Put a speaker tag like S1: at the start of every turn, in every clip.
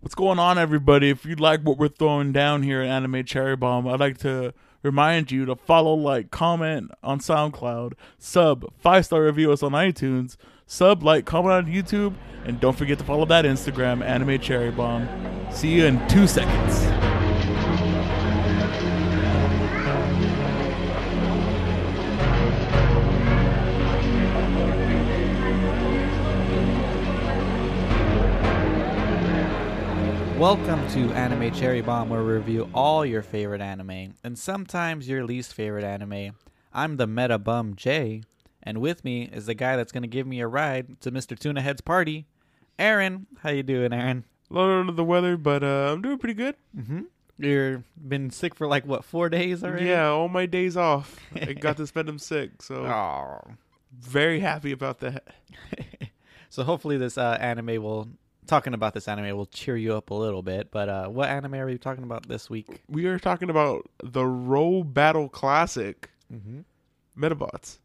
S1: What's going on, everybody? If you like what we're throwing down here at Anime Cherry Bomb, I'd like to remind you to follow, like, comment on SoundCloud, sub, five star review us on iTunes, sub, like, comment on YouTube, and don't forget to follow that Instagram, Anime Cherry Bomb. See you in two seconds.
S2: Welcome to Anime Cherry Bomb, where we review all your favorite anime and sometimes your least favorite anime. I'm the meta bum Jay, and with me is the guy that's going to give me a ride to Mr. Tuna Head's party, Aaron. How you doing, Aaron?
S1: Low under the weather, but uh, I'm doing pretty good.
S2: Mm-hmm. You're been sick for like what four days already?
S1: Yeah, all my days off. I got to spend them sick, so
S2: Ah. Aw.
S1: very happy about that.
S2: so hopefully this uh, anime will talking about this anime will cheer you up a little bit. But uh, what anime are you talking about this week?
S1: We are talking about the Row Battle Classic
S2: Mm-hmm.
S1: Metabots.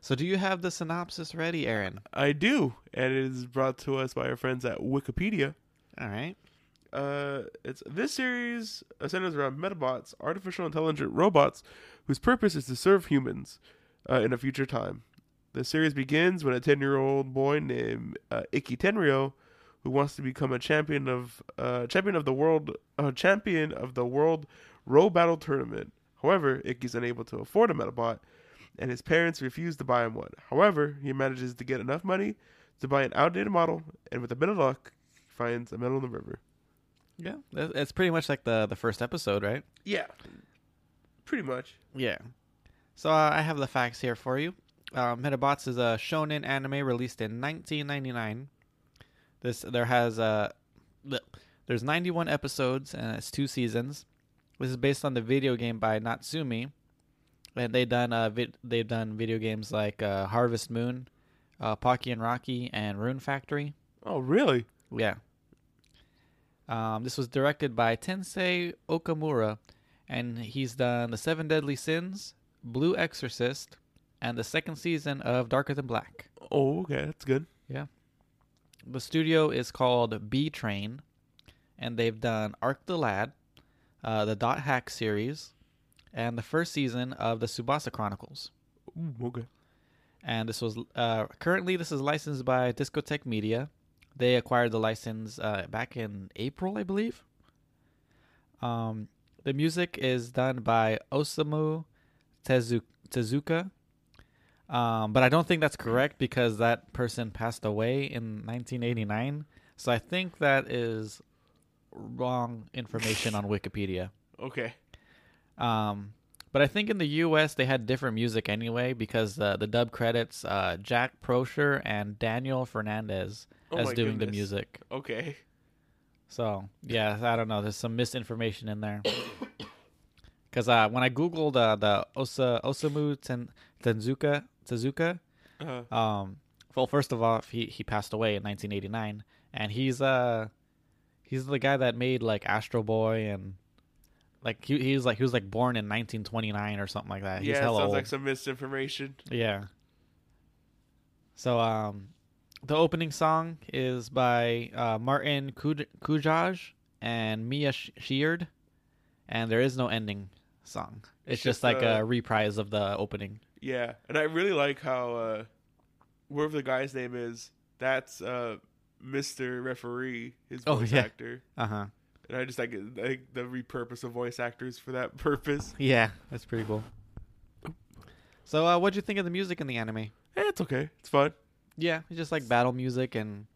S2: So do you have the synopsis ready, Aaron?
S1: I do, and it is brought to us by our friends at Wikipedia.
S2: All right.
S1: Uh, it's this series uh, centers around Metabots, artificial intelligent robots whose purpose is to serve humans uh, in a future time. The series begins when a ten-year-old boy named uh, Ikki Tenryo, who wants to become a champion of uh, champion of the world, uh, champion of the world row battle tournament. However, Ikki's unable to afford a Metabot, and his parents refuse to buy him one. However, he manages to get enough money to buy an outdated model, and with a bit of luck, he finds a medal in the river.
S2: Yeah, that- it's pretty much like the the first episode, right?
S1: Yeah. Pretty much.
S2: Yeah. So uh, I have the facts here for you. Uh, Metabots is a shonen anime released in 1999. This there has uh, th- there's 91 episodes and it's two seasons. This is based on the video game by Natsumi, and they done uh, vid- they've done video games like uh, Harvest Moon, uh, Pocky and Rocky, and Rune Factory.
S1: Oh, really?
S2: Yeah. Um, this was directed by Tensei Okamura, and he's done The Seven Deadly Sins, Blue Exorcist, and the second season of Darker Than Black.
S1: Oh, okay. That's good.
S2: The studio is called B Train, and they've done Arc the Lad, uh, the Dot Hack series, and the first season of the Subasa Chronicles.
S1: Ooh, okay.
S2: and this was uh, currently this is licensed by Discotech Media. They acquired the license uh, back in April, I believe. Um, the music is done by Osamu Tezu- Tezuka, um, but I don't think that's correct because that person passed away in 1989. So I think that is wrong information on Wikipedia.
S1: Okay.
S2: Um, but I think in the U.S. they had different music anyway because uh, the dub credits uh, Jack Prosher and Daniel Fernandez
S1: Oh
S2: as
S1: my
S2: doing the
S1: goodness.
S2: music.
S1: Okay.
S2: So yeah, I don't know. There's some misinformation in there. Because uh, when I googled uh, the Osa Osamu Ten, Tenzuka Tezuka,
S1: Uh,
S2: um, well, first of all, he he passed away in 1989, and he's uh, he's the guy that made like Astro Boy and like he he's like he was like born in 1929 or something like that. He's
S1: yeah, it
S2: hella
S1: sounds
S2: old.
S1: like some misinformation.
S2: yeah. So um, the opening song is by uh, Martin Kud- Kujaj and Mia Sh- Sheard, and there is no ending song. It's,
S1: It's
S2: just,
S1: just,
S2: like
S1: uh,
S2: a reprise of the opening.
S1: Yeah. And I really like how, uh, whatever the guy's name is, that's, uh, Mr. Referee, his
S2: Oh,
S1: voice
S2: yeah.
S1: actor.
S2: Uh huh.
S1: And I just like, it- like the repurpose of voice actors for that purpose.
S2: Yeah, that's pretty cool. So, uh, what'd you think of the music in the anime?
S1: Eh, it's okay. It's fun.
S2: Yeah, it's just like battle music, and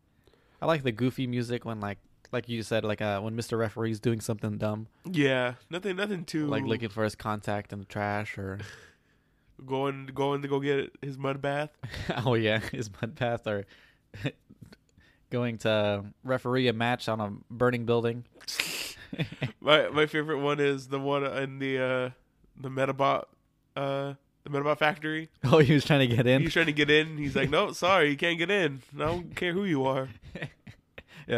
S2: I like the goofy music when, like, like you said, like uh, when Mister Referee's doing something dumb,
S1: Yeah. Nothing, nothing too.
S2: like looking for his contact in the trash, or
S1: Going, going to go get his mud bath.
S2: oh yeah, his mud bath, or going to referee a match on a burning building.
S1: My my favorite one is the one in the uh the Metabot uh the Metabot factory.
S2: oh, he was trying to get in.
S1: He's trying to get in. He's like, "No, sorry, you can't get in. I don't care who you are."
S2: yeah,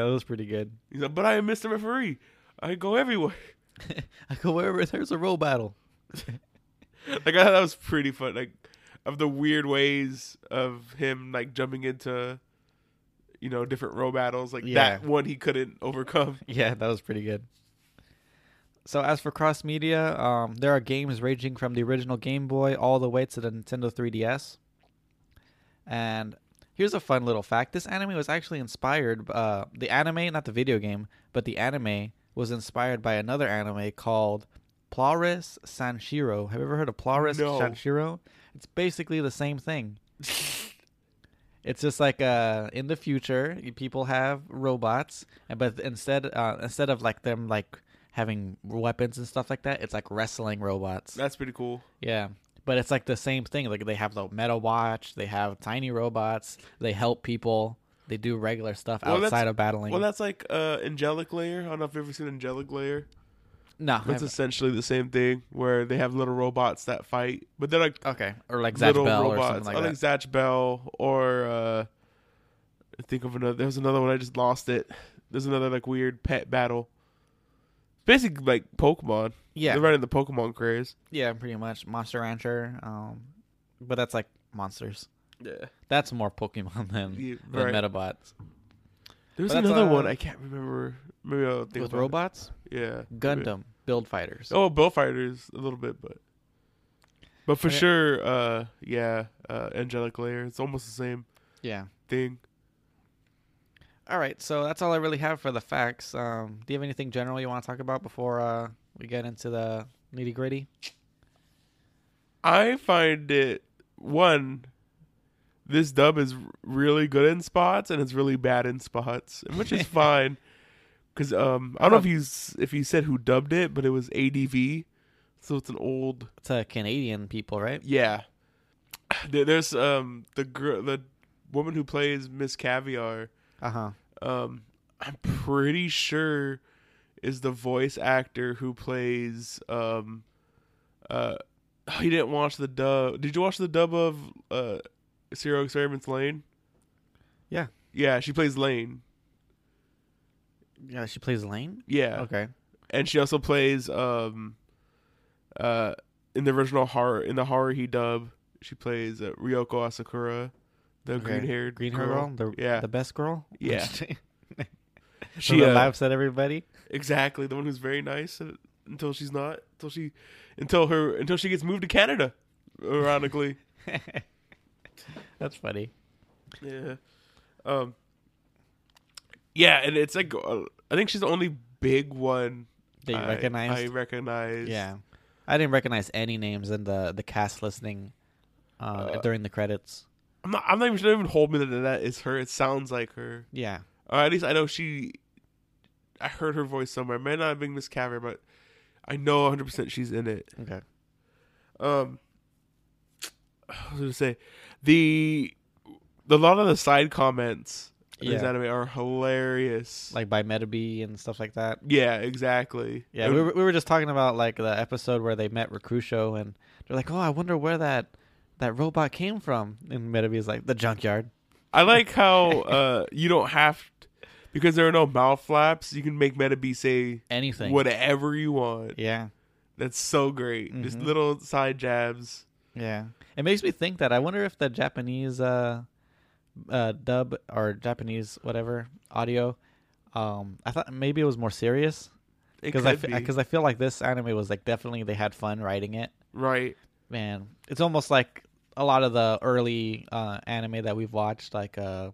S2: that was pretty good.
S1: He's like, "But I am Mr. Referee. I go everywhere."
S2: I go wherever there's a roll battle.
S1: Like I thought that was pretty fun. Like of the weird ways of him like jumping into you know, different row battles. Like
S2: Yeah.
S1: that one he couldn't overcome.
S2: Yeah, that was pretty good. So as for cross media, um, there are games ranging from the original Game Boy all the way to the Nintendo 3DS. And here's a fun little fact: this anime was actually inspired. Uh, the anime, not the video game, but the anime was inspired by another anime called Polaris Sanshiro. Have you ever heard of Polaris
S1: No.
S2: Sanshiro? It's basically the same thing. It's just like uh, in the future, y- people have robots, and but instead uh, instead of like them like having weapons and stuff like that, it's like wrestling robots.
S1: That's pretty cool.
S2: yeah, but it's like the same thing. Like they have the Meta Watch, they have tiny robots, they help people, they do regular stuff
S1: Well, that's-
S2: outside of battling.
S1: Well, that's like uh, Angelic Layer. I don't know if you've ever seen Angelic Layer.
S2: no, I
S1: That's
S2: haven't.
S1: essentially the same thing where they have little robots that fight, but they're like
S2: okay, or like Zatch
S1: little
S2: Bell or something
S1: robots.
S2: like
S1: I
S2: that.
S1: like Zatch Bell or uh, I think of another. There's another one I just lost it. There's another like weird pet battle. Basically, like Pokemon.
S2: yeah,
S1: They're running the Pokemon craze.
S2: yeah, pretty much Monster Rancher. Um, but that's like monsters.
S1: Yeah.
S2: That's more Pokemon than,
S1: Yeah,
S2: than
S1: right.
S2: Metabots.
S1: There was
S2: But that's,
S1: another
S2: uh,
S1: one I can't remember. Maybe I'll think
S2: With
S1: about it.
S2: robots,
S1: Yeah.
S2: Gundam, build fighters.
S1: Oh, Bill Fighters a little bit, but but for
S2: Okay.
S1: sure, uh, yeah, uh, Angelic Layer. It's almost the same
S2: Yeah.
S1: thing.
S2: All right, so that's all I really have for the facts. Um, do you have anything general you want to talk about before uh, we get into the nitty gritty?
S1: I find it one. This dub is r- really good in spots and it's really bad in spots, which is fine. Because um, I don't know if you s- if you said who dubbed it, but it was ADV, so it's an old
S2: To Canadian people, right?
S1: yeah. There, there's um the girl the woman who plays Miss Caviar.
S2: Uh huh.
S1: um, I'm pretty sure is the voice actor who plays um uh oh, you didn't watch the dub did you watch the dub of uh Serial Experiments Lane?
S2: Yeah.
S1: Yeah, she plays Lane.
S2: Yeah, she plays Lane.
S1: Yeah.
S2: Okay.
S1: And she also plays um uh in the original horror in the horror he dub, she plays uh, Ryoko Asakura, the
S2: Okay.
S1: green haired
S2: Green hair girl, the
S1: Yeah.
S2: the best girl.
S1: Yeah.
S2: she
S1: uh,
S2: laughs at everybody.
S1: Exactly, the one who's very nice uh, until she's not. Until she, until her, until she gets moved to Canada. Ironically,
S2: That's funny.
S1: yeah, um, yeah, and it's like uh, I think she's the only big one
S2: They
S1: I-
S2: recognize.
S1: I recognize.
S2: yeah, I didn't recognize any names in the the cast listening uh,
S1: Uh,
S2: during the credits.
S1: I'm not. I'm not even. She don't even hold me that that is her. It sounds like her,
S2: Yeah.
S1: or at least I know she. I heard her voice somewhere. It may not have been Miss Caviar, but I know 100 percent she's in it.
S2: Okay.
S1: um I was gonna say the the- a lot of the side comments in this
S2: Yeah.
S1: anime are hilarious.
S2: Like by Metabee and stuff like that.
S1: yeah, exactly.
S2: Yeah,
S1: And-
S2: we were, we were just talking about like the episode where they met Recrucio and they're like, "Oh, I wonder where that that robot came from." And Metabee's like, "The junkyard."
S1: I like how uh you don't have t- because there are no mouth flaps. You can make Metabee say
S2: Anything.
S1: whatever you want.
S2: Yeah.
S1: That's so great. Just
S2: Mhm.
S1: little side jabs.
S2: Yeah. It makes me think that I wonder if the Japanese uh uh dub or Japanese whatever audio um I thought maybe it was more serious
S1: It
S2: because
S1: could
S2: I
S1: be.
S2: because I feel like this anime was like definitely they had fun writing it.
S1: right.
S2: man it's almost like a lot of the early uh anime that we've watched like uh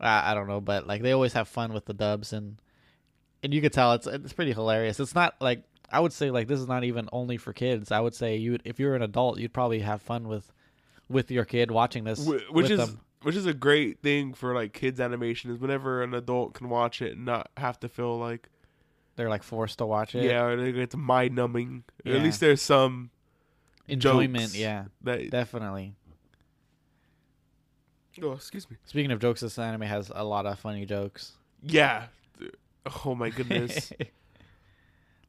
S2: i, I don't know but like they always have fun with the dubs and and you could tell it's it's pretty hilarious it's not like i would say like this is not even only for kids i would say you would if you're an adult you'd probably have fun with with your kid watching this
S1: Wh-
S2: with
S1: which is
S2: them.
S1: which is a great thing for like kids animation is whenever an adult can watch it and not have to feel like
S2: they're like forced to watch it
S1: Yeah, or they get mind numbing. At
S2: Yeah.
S1: least there's some
S2: enjoyment
S1: jokes
S2: yeah
S1: that.
S2: definitely
S1: oh, excuse me.
S2: speaking of jokes this anime has a lot of funny jokes
S1: Yeah. Oh my goodness.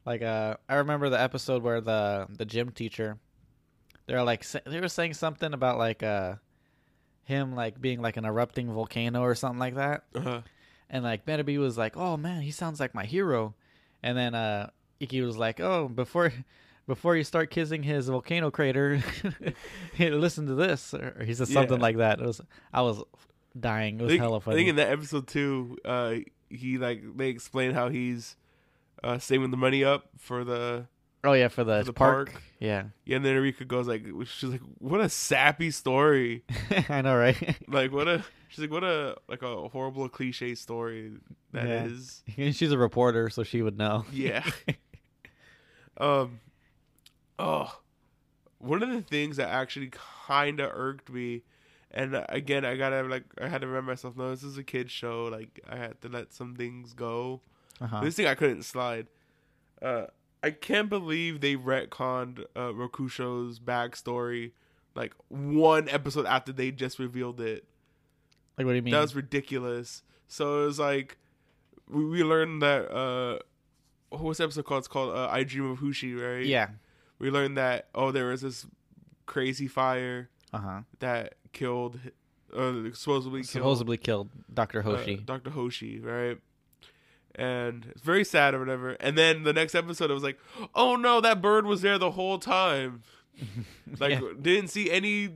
S2: like uh, I remember the episode where the the gym teacher, they're like sa- they were saying something about like uh, him like being like an erupting volcano or something like that,
S1: uh,
S2: and like Metabee was like, "Oh man, he sounds like my hero," and then uh, Iki was like, "Oh, before." Before you start kissing his volcano crater, hey, listen to this, or or he said something
S1: Yeah.
S2: like that. It was I was dying. It
S1: I
S2: was
S1: think,
S2: hella
S1: I think
S2: funny.
S1: in that episode too, uh, he like they explain how he's uh, saving the money up for the
S2: oh yeah, for the,
S1: for the
S2: park.
S1: park.
S2: Yeah,
S1: yeah. And then Erika goes like, she's like, what a sappy story.
S2: I know, right?
S1: like what a she's like, what a like a horrible cliche story that
S2: Yeah.
S1: is.
S2: And She's a reporter, so she would know.
S1: Yeah. um. Oh, one of the things that actually kind of irked me, and uh, again, I gotta like, I had to remind myself, no, this is a kid's show. Like, I had to let some things go.
S2: Uh-huh.
S1: This thing I couldn't slide. Uh, I can't believe they retconned uh, Rokusho's backstory like one episode after they just revealed it.
S2: Like, what do you mean?
S1: That was ridiculous. So it was like we, we learned that uh what's the episode called? It's called uh, I Dream of Hushi, right?
S2: yeah.
S1: We learned that oh there was this crazy fire
S2: Uh huh.
S1: that killed uh supposedly killed
S2: Supposedly killed Dr.
S1: uh,
S2: Hoshi.
S1: Dr. Hoshi, right? And it's very sad or whatever. And then the next episode it was like, "Oh no, that bird was there the whole time." Like
S2: Yeah.
S1: didn't see any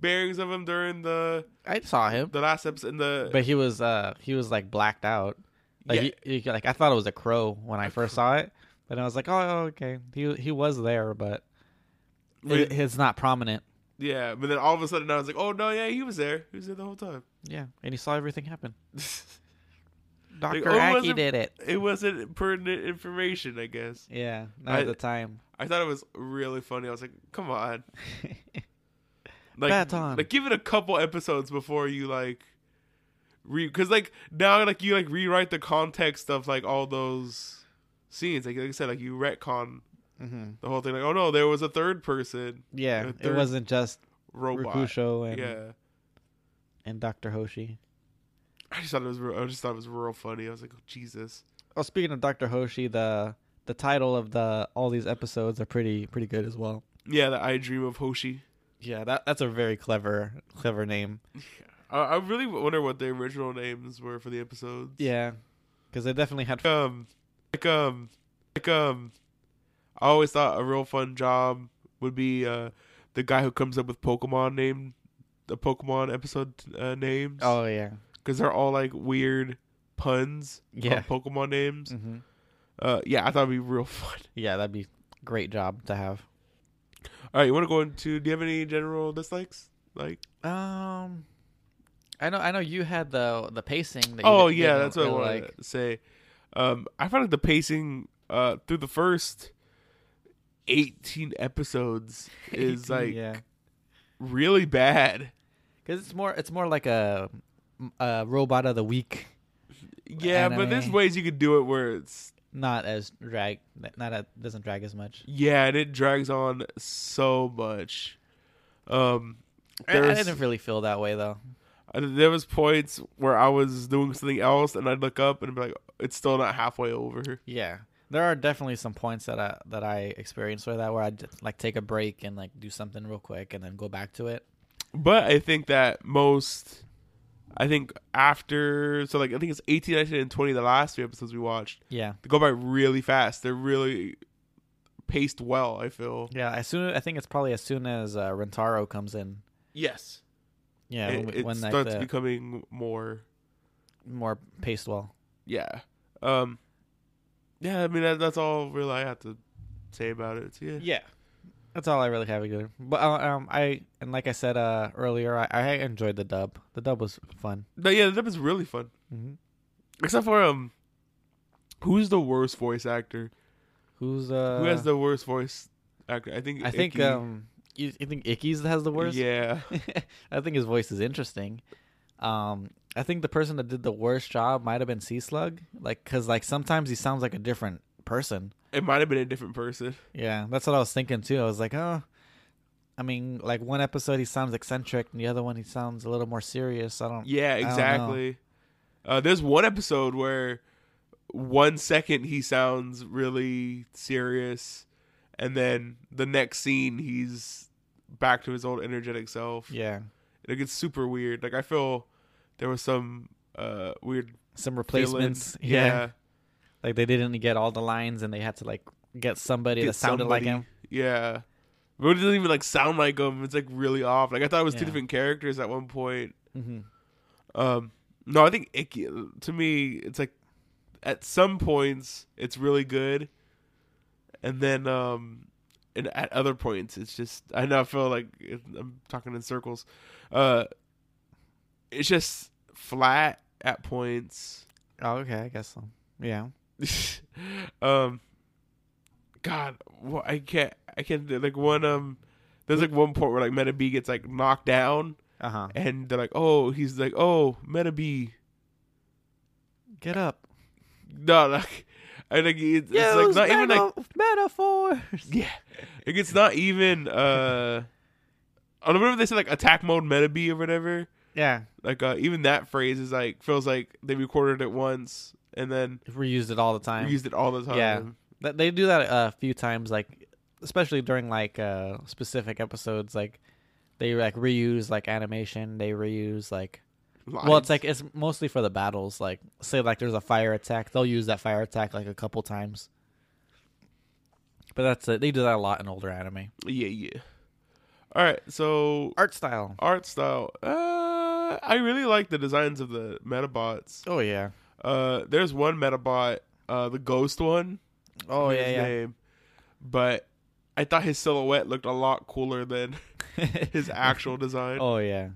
S1: bearings of him during the
S2: I saw him,
S1: the last episode in the
S2: but he was uh he was like blacked out. Like
S1: Yeah.
S2: he, he- like I thought it was a crow when I first saw it, but I was like, oh okay, he he was there, but it, it's not prominent.
S1: Yeah, but then all of a sudden I was like, oh no, yeah, he was there. He was there the whole time.
S2: Yeah, and he saw everything happen. Doctor
S1: oh, it
S2: Aki
S1: wasn't-
S2: did it.
S1: it wasn't pertinent information, I guess.
S2: Yeah, not
S1: I-
S2: at the time.
S1: I thought it was really funny. I was like, come on, like,
S2: Baton.
S1: like give it a couple episodes before you like, re, because like now like you like rewrite the context of like all those scenes. Like, like I said, like you retcon
S2: mm-hmm.
S1: the whole thing. Like, oh no, there was a third person
S2: Yeah,
S1: The
S2: it
S1: third
S2: wasn't just
S1: robot.
S2: Rikusho and
S1: Yeah,
S2: and Doctor Hoshi.
S1: I just thought it was. Real, I just thought it was real funny. I was like, oh, Jesus.
S2: Oh, speaking of Doctor Hoshi, the the title of the all these episodes are pretty pretty good as well.
S1: Yeah, the I dream of Hoshi.
S2: Yeah, that that's a very clever clever name.
S1: I, I really wonder what the original names were for the episodes.
S2: Yeah, because they definitely had.
S1: Um, like um, like um, I always thought a real fun job would be uh the guy who comes up with Pokemon name, the Pokemon episode uh, names.
S2: Oh yeah,
S1: because they're all like weird puns. on
S2: yeah,
S1: Pokemon names.
S2: hmm
S1: Uh, yeah, I thought it'd be real fun.
S2: yeah. That'd be great job to have.
S1: All right, you want to go into? Do you have any general dislikes? Like,
S2: Um, I know I know you had the the pacing. That you
S1: oh
S2: didn't-
S1: yeah,
S2: didn't
S1: that's what I
S2: really
S1: wanted to say. Um, I found like the pacing uh through the first eighteen episodes is like
S2: yeah,
S1: really bad.
S2: because it's more it's more like a a robot of the week,
S1: Yeah, but there's
S2: Anime.
S1: ways you could do it where it's
S2: not as drag, not a, doesn't drag as much.
S1: yeah, and it drags on so much. Um,
S2: I-
S1: there
S2: I,
S1: was,
S2: didn't really feel that way though.
S1: uh, there was points where I was doing something else, and I'd look up and be like, "It's still not halfway over."
S2: Yeah, there are definitely some points that I that I experienced with that where I'd like take a break and like do something real quick and then go back to it.
S1: But I think that most, I think after so like I think it's 18, 19, and twenty. The last three episodes we watched,
S2: Yeah,
S1: they go by really fast. They're really paced well. I feel
S2: yeah. As soon I think it's probably as soon as uh, Rentaro comes in.
S1: yes,
S2: Yeah,
S1: it,
S2: when, we-
S1: it
S2: when like,
S1: starts
S2: the
S1: becoming more
S2: more paced well.
S1: yeah um yeah i mean that, that's all really i have to say about it yeah
S2: Yeah, that's all I really have to do. But uh, um, I and like I said uh earlier, I, I enjoyed the dub. The dub was fun.
S1: but yeah that was really fun
S2: Mm-hmm.
S1: except for um who's the worst voice actor
S2: Who's uh?
S1: who has the worst voice actor i think
S2: I think
S1: Icky-
S2: um, you, you think Icky's has the worst?
S1: yeah
S2: I think his voice is interesting. Um, I think the person that did the worst job might have been Sea Slug, like because like sometimes he sounds like a different person.
S1: it might have been a different person
S2: Yeah, that's what I was thinking too. I was like, oh, I mean, like one episode he sounds eccentric, and the other one he sounds a little more serious. I don't.
S1: yeah
S2: don't know.
S1: exactly uh there's one episode where one second he sounds really serious and then the next scene he's back to his old energetic self
S2: Yeah,
S1: like it's super weird. Like I feel there was some uh weird
S2: some
S1: villain-
S2: replacements. Yeah. like they didn't get all the lines, and they had to like get somebody
S1: Get
S2: that sounded like
S1: somebody.
S2: him.
S1: yeah. But it doesn't even like sound like him. It's like really off. Like I thought it was
S2: Yeah.
S1: two different characters at one point.
S2: Mm-hmm.
S1: Um, no, I think it, to me it's like at some points it's really good, and then um, and at other points it's just I know I feel like it, I'm talking in circles. Uh, it's just flat at points.
S2: Oh, okay, I guess so. Yeah.
S1: um, God, wha- I can't I can't think- like one um. There's like one point where like Meta B gets like knocked down,
S2: Uh huh.
S1: and they're like, "Oh, he's like, oh, Meta B,
S2: Get up.
S1: No, like, I think it's, it's like not even like
S2: metaphors.
S1: yeah, like it's not even uh. I don't remember if they said like attack mode meta B or whatever.
S2: Yeah,
S1: Like uh, even that phrase is like feels like they recorded it once and then
S2: we used it all the time.
S1: used it all the time.
S2: Yeah. Th- they do that a few times, like especially during like uh specific episodes, like they like reuse like animation. They reuse like well, it's
S1: Lines.
S2: like it's mostly for the battles. Like say like there's a fire attack, they'll use that fire attack like a couple times. But that's it. They do that a lot in older anime
S1: yeah, yeah. All right, so
S2: art style.
S1: art style. Uh, I really like the designs of the Metabots.
S2: Oh yeah.
S1: Uh, there's one Metabot, uh, the ghost one.
S2: Oh
S1: his name. But I thought his silhouette looked a lot cooler than his actual design.
S2: Oh yeah,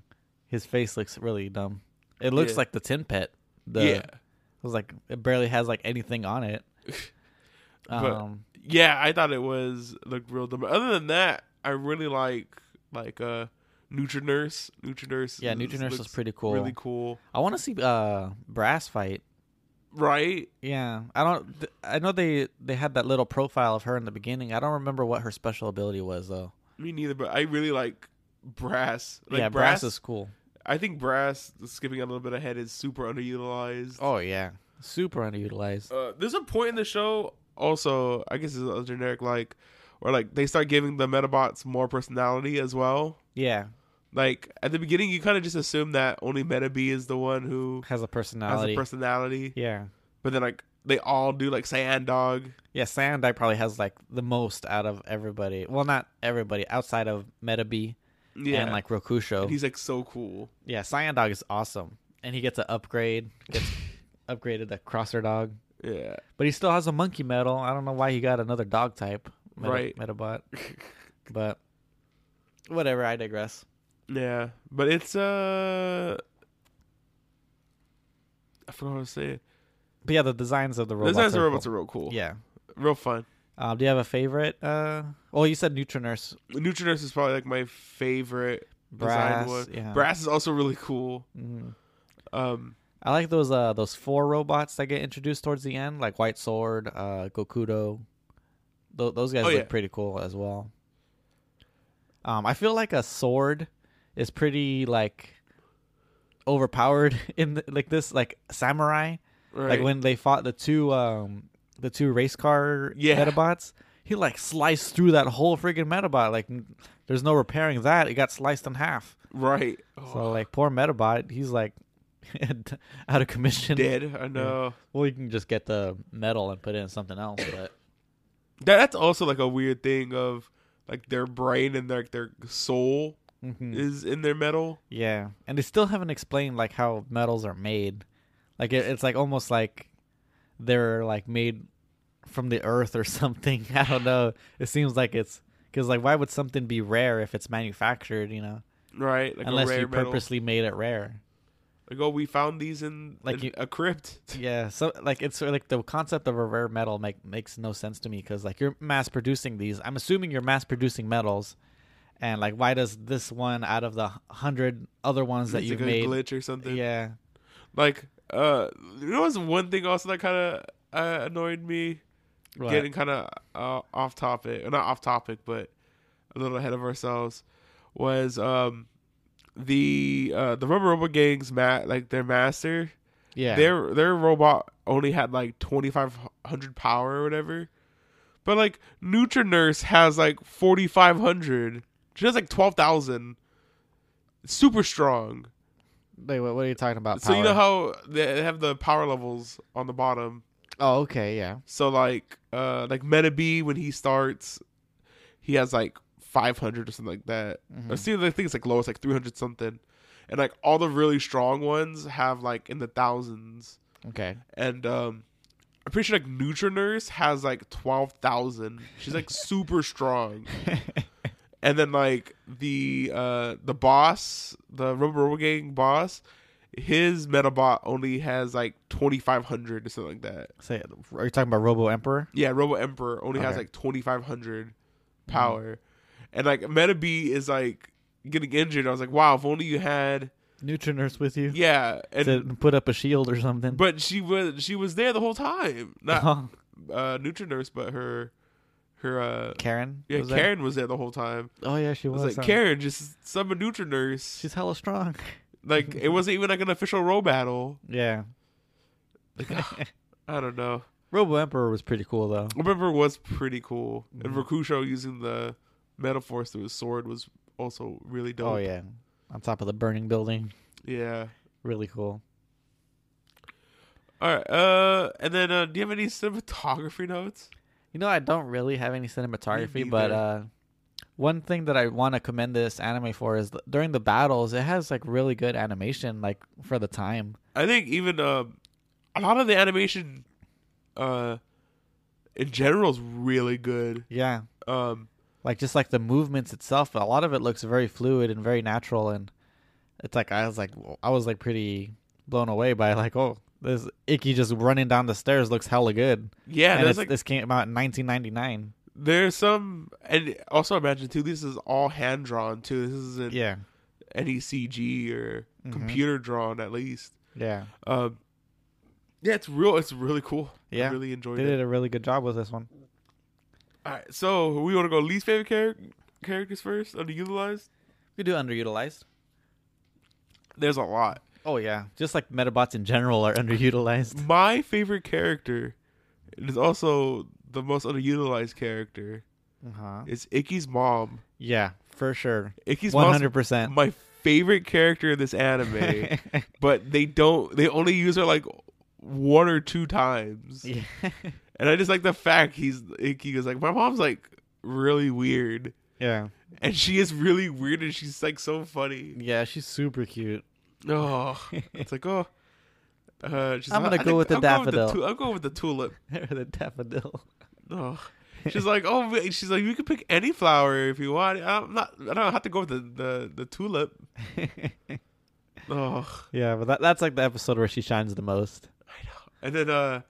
S2: his face looks really dumb. It looks
S1: Yeah.
S2: like the tin pit. The,
S1: yeah.
S2: it was like it barely has like anything on it.
S1: But-
S2: Um,
S1: Yeah, I thought it was looked real dumb. Other than that, I really like like uh Nutra Nurse. Nutra Nurse
S2: yeah, Nutri Nurse was
S1: looks
S2: pretty cool.
S1: Really cool.
S2: I want to see uh Brass fight.
S1: Right?
S2: Yeah, I don't. Th- I know they they had that little profile of her in the beginning. I don't remember what her special ability was though.
S1: Me neither, but I really like Brass. Like
S2: yeah,
S1: Brass,
S2: brass, is cool.
S1: I think Brass skipping a little bit ahead is super underutilized.
S2: Oh yeah, super underutilized.
S1: Uh, there's a point in the show also i guess it's a generic like or like they start giving the metabots more personality as well
S2: Yeah,
S1: like at the beginning you kind of just assume that only meta b is the one who
S2: has a
S1: has
S2: personality.
S1: a personality
S2: yeah,
S1: but then like they all do like sand dog
S2: yeah. Sandai probably has like the most out of everybody. Well, not everybody outside of Meta B
S1: yeah
S2: and like Rokusho.
S1: and he's like so cool
S2: Yeah, Cyan Dog is awesome, and he gets an upgrade. Gets upgraded to Crosser Dog,
S1: yeah
S2: but he still has a Monkey Metal. I don't know why he got another dog type, Meta-
S1: Right.
S2: Metabot. but whatever, I digress.
S1: yeah but it's uh i forgot what i was saying
S2: But yeah, the designs of the
S1: those
S2: robots.
S1: guys
S2: are
S1: are robots
S2: cool.
S1: are real cool
S2: Yeah.
S1: real fun
S2: Um, do you have a favorite? Uh, well, you said Nutrinurse
S1: Nutra Nurse is probably like my favorite
S2: Brass.
S1: design one.
S2: Yeah.
S1: Brass is also really cool.
S2: Mhm.
S1: Um,
S2: I like those uh those four robots that get introduced towards the end, like White Sword, uh, Gokudo. Th- those guys
S1: Oh,
S2: look
S1: yeah.
S2: pretty cool as well. Um, I feel like a sword is pretty like overpowered in the, like this like samurai.
S1: right.
S2: Like when they fought the two um the two race car
S1: Yeah.
S2: Metabots, he like sliced through that whole freaking Metabot. Like n- there's no repairing that. It got sliced in half.
S1: right. Oh,
S2: So like poor Metabot, he's like out of commission.
S1: dead. I know.
S2: Well, you can just get the metal and put it in something else, but
S1: That that's also like a weird thing of like their brain and like their soul
S2: Mm.
S1: is in their metal.
S2: yeah. And they still haven't explained like how metals are made. Like it, it's like almost like they're like made from the earth or something. I don't know. It seems like it's because like why would something be rare if it's manufactured? You know,
S1: Right. Like
S2: unless
S1: a rare
S2: you
S1: metal.
S2: purposely made it rare.
S1: Like oh, we found these in
S2: Like
S1: in
S2: you-
S1: a crypt.
S2: Yeah, so like it's sort of like the concept of a rare metal make makes no sense to me because like you're mass producing these. I'm assuming you're mass producing metals, and like why does this one out of the hundred other ones that
S1: It's
S2: you've
S1: like
S2: made?
S1: a glitch or something.
S2: Yeah,
S1: Like uh, you know, what's one thing also that kind of uh, annoyed me.
S2: What?
S1: Getting kind of uh, off topic, or not off topic, but a little ahead of ourselves. Was um the uh the Rubber Robot Gang's mat like their master
S2: yeah.
S1: their their robot only had like 2500 power or whatever but like Nutra Nurse has like 4500 she has like 12000 super strong
S2: Wait, what, what are you talking about?
S1: so you know
S2: power?
S1: how they have the power levels on the bottom
S2: Oh, okay, yeah.
S1: so like uh like Meta B when he starts he has like 500 or something like that I see the thing is like lowest like 300 something and like all the really strong ones have like in the thousands.
S2: Okay.
S1: And um, I'm pretty sure like Nutrinurse has like twelve thousand. She's like super strong. And then like the uh the boss, the Robo Robo Gang boss, his Metabot only has like twenty five hundred or something like that.
S2: Say, are you talking about Robo Emperor?
S1: Yeah, Robo Emperor only has
S2: Okay. Mm-hmm.
S1: like 2500 power. And like Meta B is like getting injured. I was like, wow, if only you had
S2: Nutrinurse with you?
S1: yeah. And
S2: to put up a shield or something.
S1: but she was she was there the whole time. Not
S2: Oh,
S1: uh Nutrinurse, but her her uh
S2: Karen.
S1: yeah,
S2: was that-
S1: Karen was there the whole time.
S2: Oh yeah, she
S1: I
S2: was.
S1: was
S2: huh?
S1: like, Karen, just summon Nutrinurse.
S2: She's hella strong.
S1: like it wasn't even like an official row battle.
S2: Yeah.
S1: Like, I don't know.
S2: Robo Emperor was pretty cool though.
S1: Remember was pretty cool,
S2: Mm-hmm.
S1: and Rakusho using the metal force through his sword was also really dope.
S2: Oh yeah. On top of the burning building.
S1: yeah.
S2: Really cool.
S1: All right, uh, and then uh, do you have any cinematography notes?
S2: You know, I don't really have any
S1: Me
S2: cinematography, but uh, one thing that I want to commend this anime for is th- during the battles, it has like really good animation, like for the time.
S1: I think even um, a lot of the animation, uh, in general is really good.
S2: Yeah,
S1: Um,
S2: like just like the movements itself, a lot of it looks very fluid and very natural, and it's like I was like w- I was like pretty blown away by like oh this Icky just running down the stairs looks hella good,
S1: yeah,
S2: and
S1: there's
S2: it's,
S1: like
S2: this came out in 1999.
S1: there's some, and also imagine too. This is all hand drawn too. This isn't
S2: Yeah,
S1: any CG or
S2: Mhm.
S1: computer drawn at least.
S2: yeah,
S1: Um, yeah, it's real. It's really cool. I
S2: Yeah.
S1: really enjoyed
S2: they
S1: it.
S2: did a really good job with this one.
S1: All right, so we want to go least favorite char- characters first, underutilized.
S2: We do underutilized.
S1: There's a lot.
S2: Oh yeah, just like Metabots in general are underutilized.
S1: My favorite character is also the most underutilized character.
S2: Uh-huh.
S1: It's Icky's mom.
S2: Yeah, for sure.
S1: Icky's
S2: One
S1: mom
S2: hundred percent.
S1: my favorite character in this anime, but they don't. They only use her like one or two times,
S2: Yeah.
S1: and I just like the fact he's Icky is like my mom's like really weird, and she is really weird, and she's like so funny.
S2: Yeah, she's super cute.
S1: Oh, it's like oh. Uh, she's
S2: I'm
S1: like,
S2: gonna
S1: I
S2: go with the daffodil."
S1: tu- I'm going with the tulip.
S2: the daffodil.
S1: Oh. She's like, oh, ma- she's like, you can pick any flower if you want. I'm not, I don't have to go with the the, the tulip. Oh,
S2: yeah, but that, that's like the episode where she shines the most.
S1: and then uh,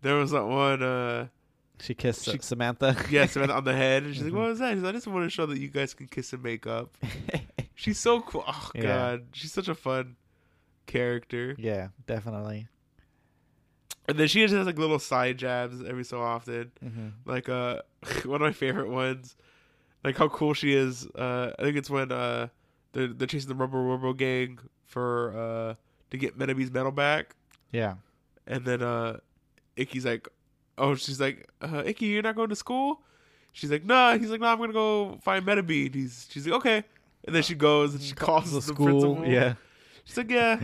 S1: there was that one uh,
S2: She kissed
S1: She-
S2: Samantha.
S1: yes, man, on the head. And she's like, what was that? She's like, I just want to show that you guys can kiss and make up. She's so cool. Oh
S2: Yeah.
S1: god, she's such a fun character.
S2: yeah, definitely.
S1: And then she just has like little side jabs every so often.
S2: hmm
S1: like uh one of my favorite ones like how cool she is uh i think it's when uh they're, they're chasing the rubber robo gang for uh to get menabee's medal back
S2: Yeah.
S1: and then uh icky's like oh she's like uh icky you're not going to school she's like nah he's like no nah, i'm gonna go find menabee and he's she's like okay and then she goes and she calls the, principal
S2: Yeah.
S1: she's like yeah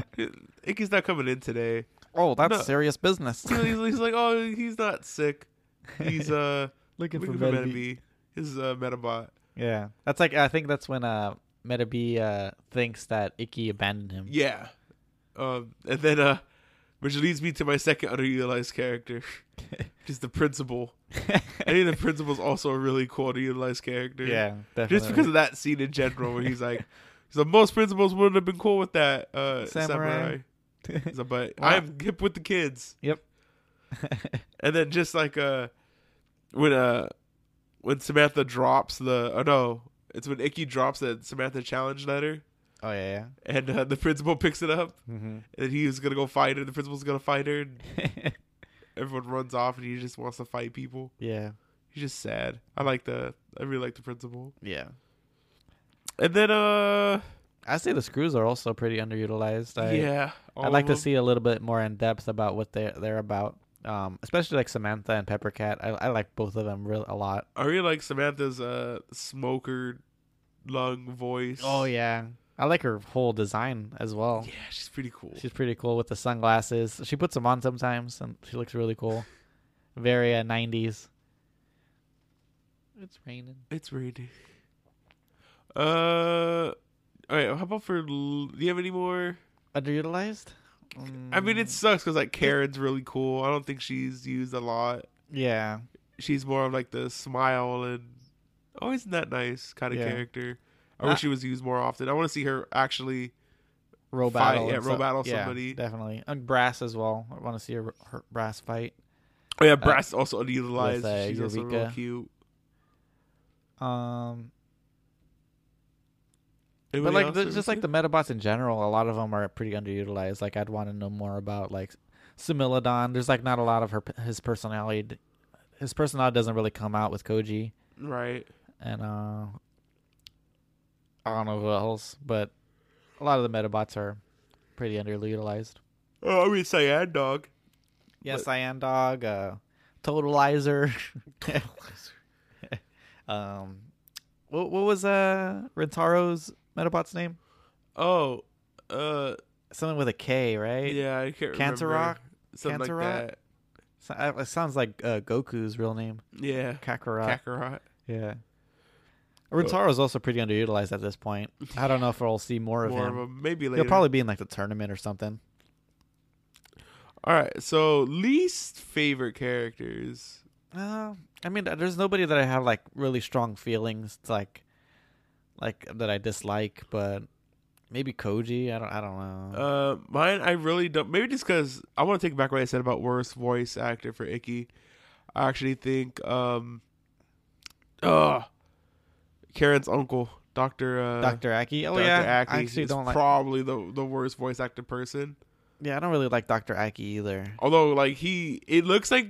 S1: icky's not coming in today
S2: Oh, that's
S1: No.
S2: serious business.
S1: he's, he's like oh he's not sick he's uh
S2: Looking
S1: Looking for
S2: Meta
S1: Meta
S2: Bee.
S1: B. His uh, Metabot.
S2: Yeah, that's like I think that's when uh Meta B uh thinks that Icky abandoned him.
S1: Yeah. Um, and then, uh, which leads me to my second underutilized character, which is the principal. I think the principal's also a really cool underutilized character.
S2: yeah, definitely.
S1: Just because of that scene in general where he's like, he's like, most principals wouldn't have been cool with that, uh,
S2: Samurai."
S1: samurai. He's like, but
S2: Wow.
S1: I'm hip with the kids.
S2: Yep.
S1: And then just like, uh, when, uh, when Samantha drops the, oh no, it's when Icky drops the Samantha challenge letter.
S2: oh yeah,
S1: and uh, the principal picks it up,
S2: yeah. hmm
S1: and he was gonna go fight her. The principal's gonna fight her, and
S2: Mm-hmm.
S1: everyone runs off, and he just wants to fight people.
S2: yeah,
S1: He's just sad. I like the, I really like the principal.
S2: yeah.
S1: And then, uh,
S2: I say the screws are also pretty underutilized. I,
S1: yeah, Um, all
S2: I'd like
S1: of
S2: to
S1: them.
S2: see a little bit more in depth about what they're they're about. Um, especially like Samantha and Pepper Cat. I, I like both of them real a lot.
S1: I really like Samantha's uh smoker lung voice.
S2: Oh, yeah, I like her whole design as well.
S1: Oh, yeah, she's pretty cool.
S2: She's pretty cool with the sunglasses. She puts them on sometimes, and she looks really cool. Very uh, 90s. It's raining.
S1: it's raining. Uh, All right, how about for? l- Do you have any more?
S2: Underutilized.
S1: I mean,
S2: Mm,
S1: it sucks because like Karen's really cool. I don't think she's used a lot.
S2: Mm, yeah.
S1: She's more of like the smile and oh, isn't that nice kind of
S2: Yeah.
S1: character. I
S2: Uh,
S1: wish she was used more often. I want to see her actually.
S2: row
S1: Fight-
S2: battle.
S1: yeah,
S2: and
S1: row
S2: stuff.
S1: battle
S2: Yeah,
S1: somebody.
S2: definitely. And brass as well. I want to see her, her brass fight.
S1: Oh yeah, Brass also underutilized.
S2: with, uh,
S1: she's also real
S2: Eureka.
S1: cute.
S2: Um,
S1: Anybody
S2: but like
S1: else
S2: the,
S1: ever
S2: just like
S1: seen?
S2: the Metabots in general, a lot of them are pretty underutilized. Like I'd want to know more about like Similodon. There's like not a lot of her his personality. His personality doesn't really come out with Koji,
S1: right.
S2: and uh, I don't know who else, but a lot of the Metabots are pretty underutilized.
S1: Oh, I mean Cyan Dog.
S2: Yeah,
S1: But-
S2: Cyan Dog, uh, Totalizer. um, what what was uh Rentaro's Metabot's name?
S1: Oh, uh,
S2: Something with a K, right?
S1: yeah, I can't
S2: Cancer
S1: remember.
S2: Rock?
S1: something
S2: Cancer
S1: like
S2: Rock?
S1: that.
S2: So- uh, it sounds like uh, Goku's real name,
S1: Yeah,
S2: Kakarot.
S1: Kakarot.
S2: yeah.
S1: Oh.
S2: Rentaro's also pretty underutilized at this point. I don't know if we'll see more of
S1: More of
S2: him.
S1: them, maybe later.
S2: He'll probably be in like the tournament or something.
S1: All right, so least favorite characters.
S2: Uh, I mean, there's nobody that I have like really strong feelings like, like that I dislike, but maybe Koji. I don't. I don't know.
S1: Uh, mine, I really don't. Maybe just because I want to take back what I said about worst voice actor for Icky. I actually think, um, uh, Karen's uncle, Doctor uh,
S2: Doctor Aki. Oh
S1: Dr.
S2: yeah,
S1: Aki
S2: I actually
S1: is
S2: don't like.
S1: probably the the worst voice actor person.
S2: yeah, I don't really like Doctor Aki either.
S1: Although, like he, it looks like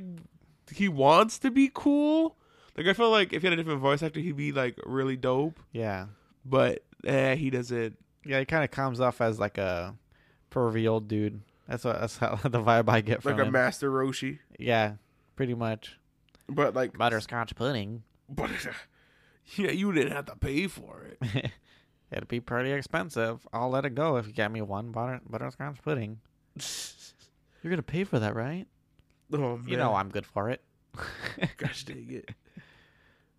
S1: he wants to be cool. Like I feel like if he had a different voice actor, he'd be like really dope.
S2: Yeah,
S1: But eh, he doesn't.
S2: yeah, he kind of comes off as like a pervy old dude. That's what that's how the vibe I get from
S1: Like a
S2: him.
S1: master Roshi,
S2: yeah, pretty much.
S1: but like
S2: Butterscotch pudding.
S1: But yeah, you didn't have to pay for it.
S2: It'd be pretty expensive. I'll let it go if you get me one butter butterscotch pudding. You're gonna pay for that, right?
S1: Oh man,
S2: You know I'm good for it.
S1: gosh dang it.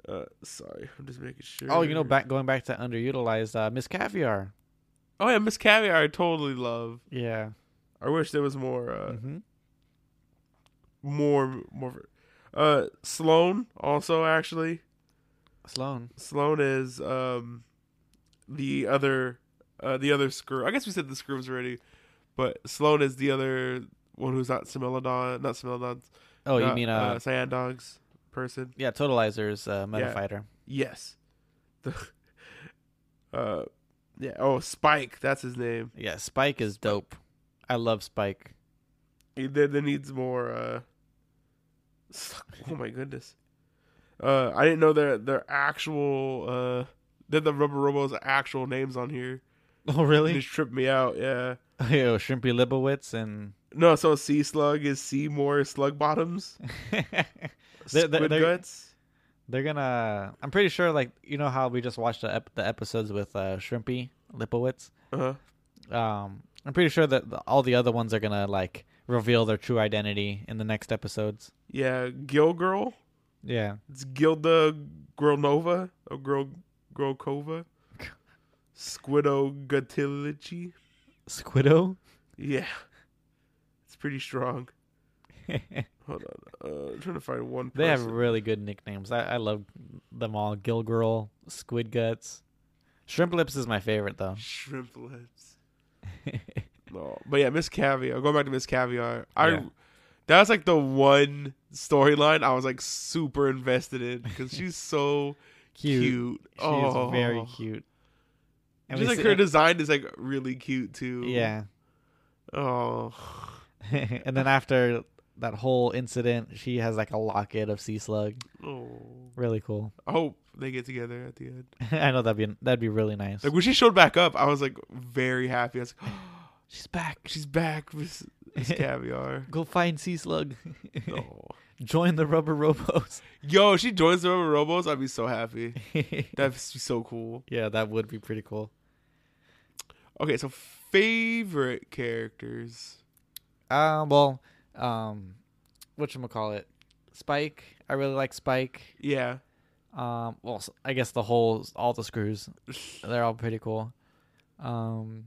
S1: Uh, sorry, I'm just making sure.
S2: oh, you know, back going back to underutilized uh, Miss Caviar.
S1: Oh yeah, Miss Caviar, I totally love.
S2: Yeah.
S1: I wish there was more, uh,
S2: hmm
S1: more, more. Uh, Sloan also actually.
S2: Sloan.
S1: Sloan is um, the other, uh, the other screw. I guess we said the screws already, but Sloan is the other one who's not Similodon, not Similodon.
S2: Oh, you mean uh,
S1: uh Cyan Dog's person?
S2: yeah, Totalizer's uh, Metafighter.
S1: Yes. The, uh, yeah. Oh, Spike. That's his name.
S2: Yeah. Spike is dope. I love Spike.
S1: He there, there needs more. Uh, oh my goodness. Uh, I didn't know their their actual uh that the Rubber Robo's actual names on here.
S2: Oh,
S1: They
S2: really?
S1: just tripped me out. Yeah.
S2: Oh, Yo, Shrimpy Libowitz and
S1: No, so Sea Slug is Seymour Slug Bottoms.
S2: They're-
S1: Squid
S2: they're- they're-
S1: Guts.
S2: they're gonna. I'm pretty sure, like you know how we just watched the, ep- the episodes with uh, Shrimpy Lipowitz.
S1: Uh-huh.
S2: Um, I'm pretty sure that the, all the other ones are gonna like reveal their true identity in the next episodes.
S1: Yeah, Gil Girl.
S2: Yeah.
S1: It's Gilda Gronova or Gro Grokova. Squiddo Gatilici.
S2: Squiddo.
S1: Yeah. It's pretty strong. Hold on. Uh, I'm trying to find one person.
S2: They have really good nicknames. I, I love them all. Gilgirl, Squid Guts. Shrimp Lips is my favorite though.
S1: shrimp lips. No. But yeah, Miss Caviar. Going back to Miss Caviar. I
S2: Yeah.
S1: that was like the one storyline I was like super invested in because she's so
S2: cute.
S1: cute.
S2: She is very
S1: Oh.
S2: cute.
S1: Just
S2: we
S1: like
S2: see-
S1: her design is like really cute too.
S2: Yeah.
S1: Oh.
S2: and then after that whole incident, she has like a locket of sea slug.
S1: Oh.
S2: Really cool.
S1: I hope they get together at the end.
S2: I know that'd be that'd be really nice.
S1: Like when she showed back up, I was like very happy. I was like,
S2: She's back.
S1: she's back, Miss, Miss Caviar.
S2: Go find sea slug.
S1: Oh.
S2: Join the rubber robos.
S1: Yo, if she joins the Rubber Robos, I'd be so happy. That'd be so cool.
S2: yeah, that would be pretty cool.
S1: Okay, so favorite characters.
S2: Uh, well, um, what call it? Spike. I really like Spike.
S1: Yeah.
S2: Um, well, s- I guess the whole all the screws, they're all pretty cool. Um,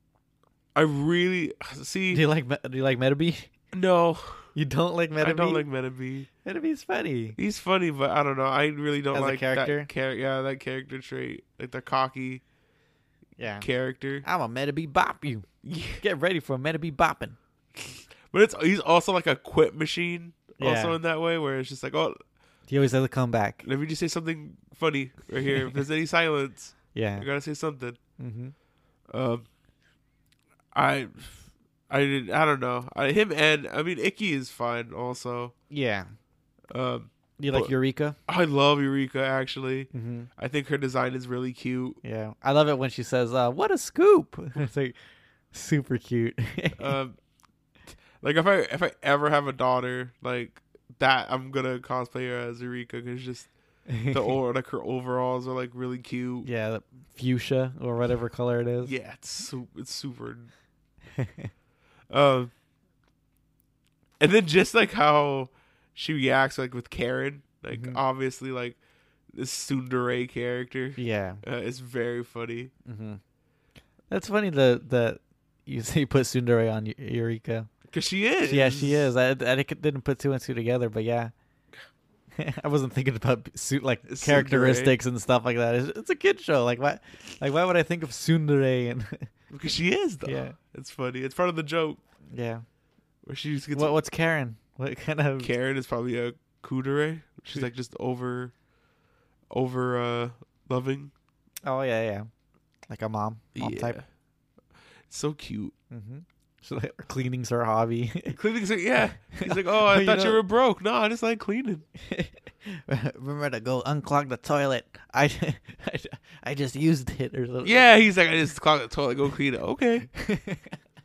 S1: I really
S2: do
S1: see.
S2: you like Me- do you like Metabee?
S1: No,
S2: You don't like Metabee?
S1: I don't like Metabee.
S2: Metabee's funny.
S1: He's funny, but I don't know. I really don't
S2: As a
S1: like
S2: character?
S1: that character. Yeah, that character trait, like the cocky
S2: Yeah.
S1: character.
S2: I'm a Metabee bop you. Get ready for a Metabee bopping.
S1: But it's he's also like a quip machine,
S2: Yeah.
S1: also in that way, where it's just like, oh,
S2: He always has a comeback.
S1: let me just say something funny right here. If there's any silence,
S2: Yeah.
S1: I gotta say something.
S2: Mm-hmm.
S1: Um, I, I didn't. I don't know. I, him and I mean Icky is fine also.
S2: Yeah.
S1: Um,
S2: You like
S1: But-
S2: Eureka?
S1: I love Eureka actually.
S2: Mm-hmm.
S1: I think her design is really cute.
S2: Yeah. I love it when she says, uh, what a scoop. it's like super cute.
S1: Um, like if I if I ever have a daughter like that, I'm gonna cosplay her as Eureka because just the or like her overalls are like really cute.
S2: yeah. the Fuchsia or whatever color it is.
S1: Yeah, it's su- it's super. Um, and then just like how she reacts like with Karen, like
S2: Mhm.
S1: obviously like this tsundere character
S2: yeah.
S1: uh, is very funny.
S2: Mm-hmm. That's funny the that you say you put Sundari on Eu- Eureka.
S1: Cause she is.
S2: Yeah, she is. I, I didn't put two and two together, but yeah. I wasn't thinking about suit like
S1: Tsundere.
S2: characteristics and stuff like that. It's, it's a kid show. Like why, like why would I think of Sundere and
S1: Because she is. Though.
S2: Yeah.
S1: it's funny. It's part of the joke
S2: yeah?
S1: where she just gets.
S2: What, what's Karen? What kind of
S1: Karen is probably a coudere. She's like just over, over uh loving
S2: Oh yeah, yeah. Like a mom, mom
S1: Yeah.
S2: type.
S1: So cute.
S2: Mm-hmm. So like, cleaning's her hobby.
S1: Cleaning's like, yeah. He's like, oh, I
S2: But you
S1: thought you
S2: know-
S1: were broke. No, I just like cleaning.
S2: Remember to go unclog the toilet. I, I, I just used it or something.
S1: Yeah, he's like, I just clog the toilet, go clean it. Okay.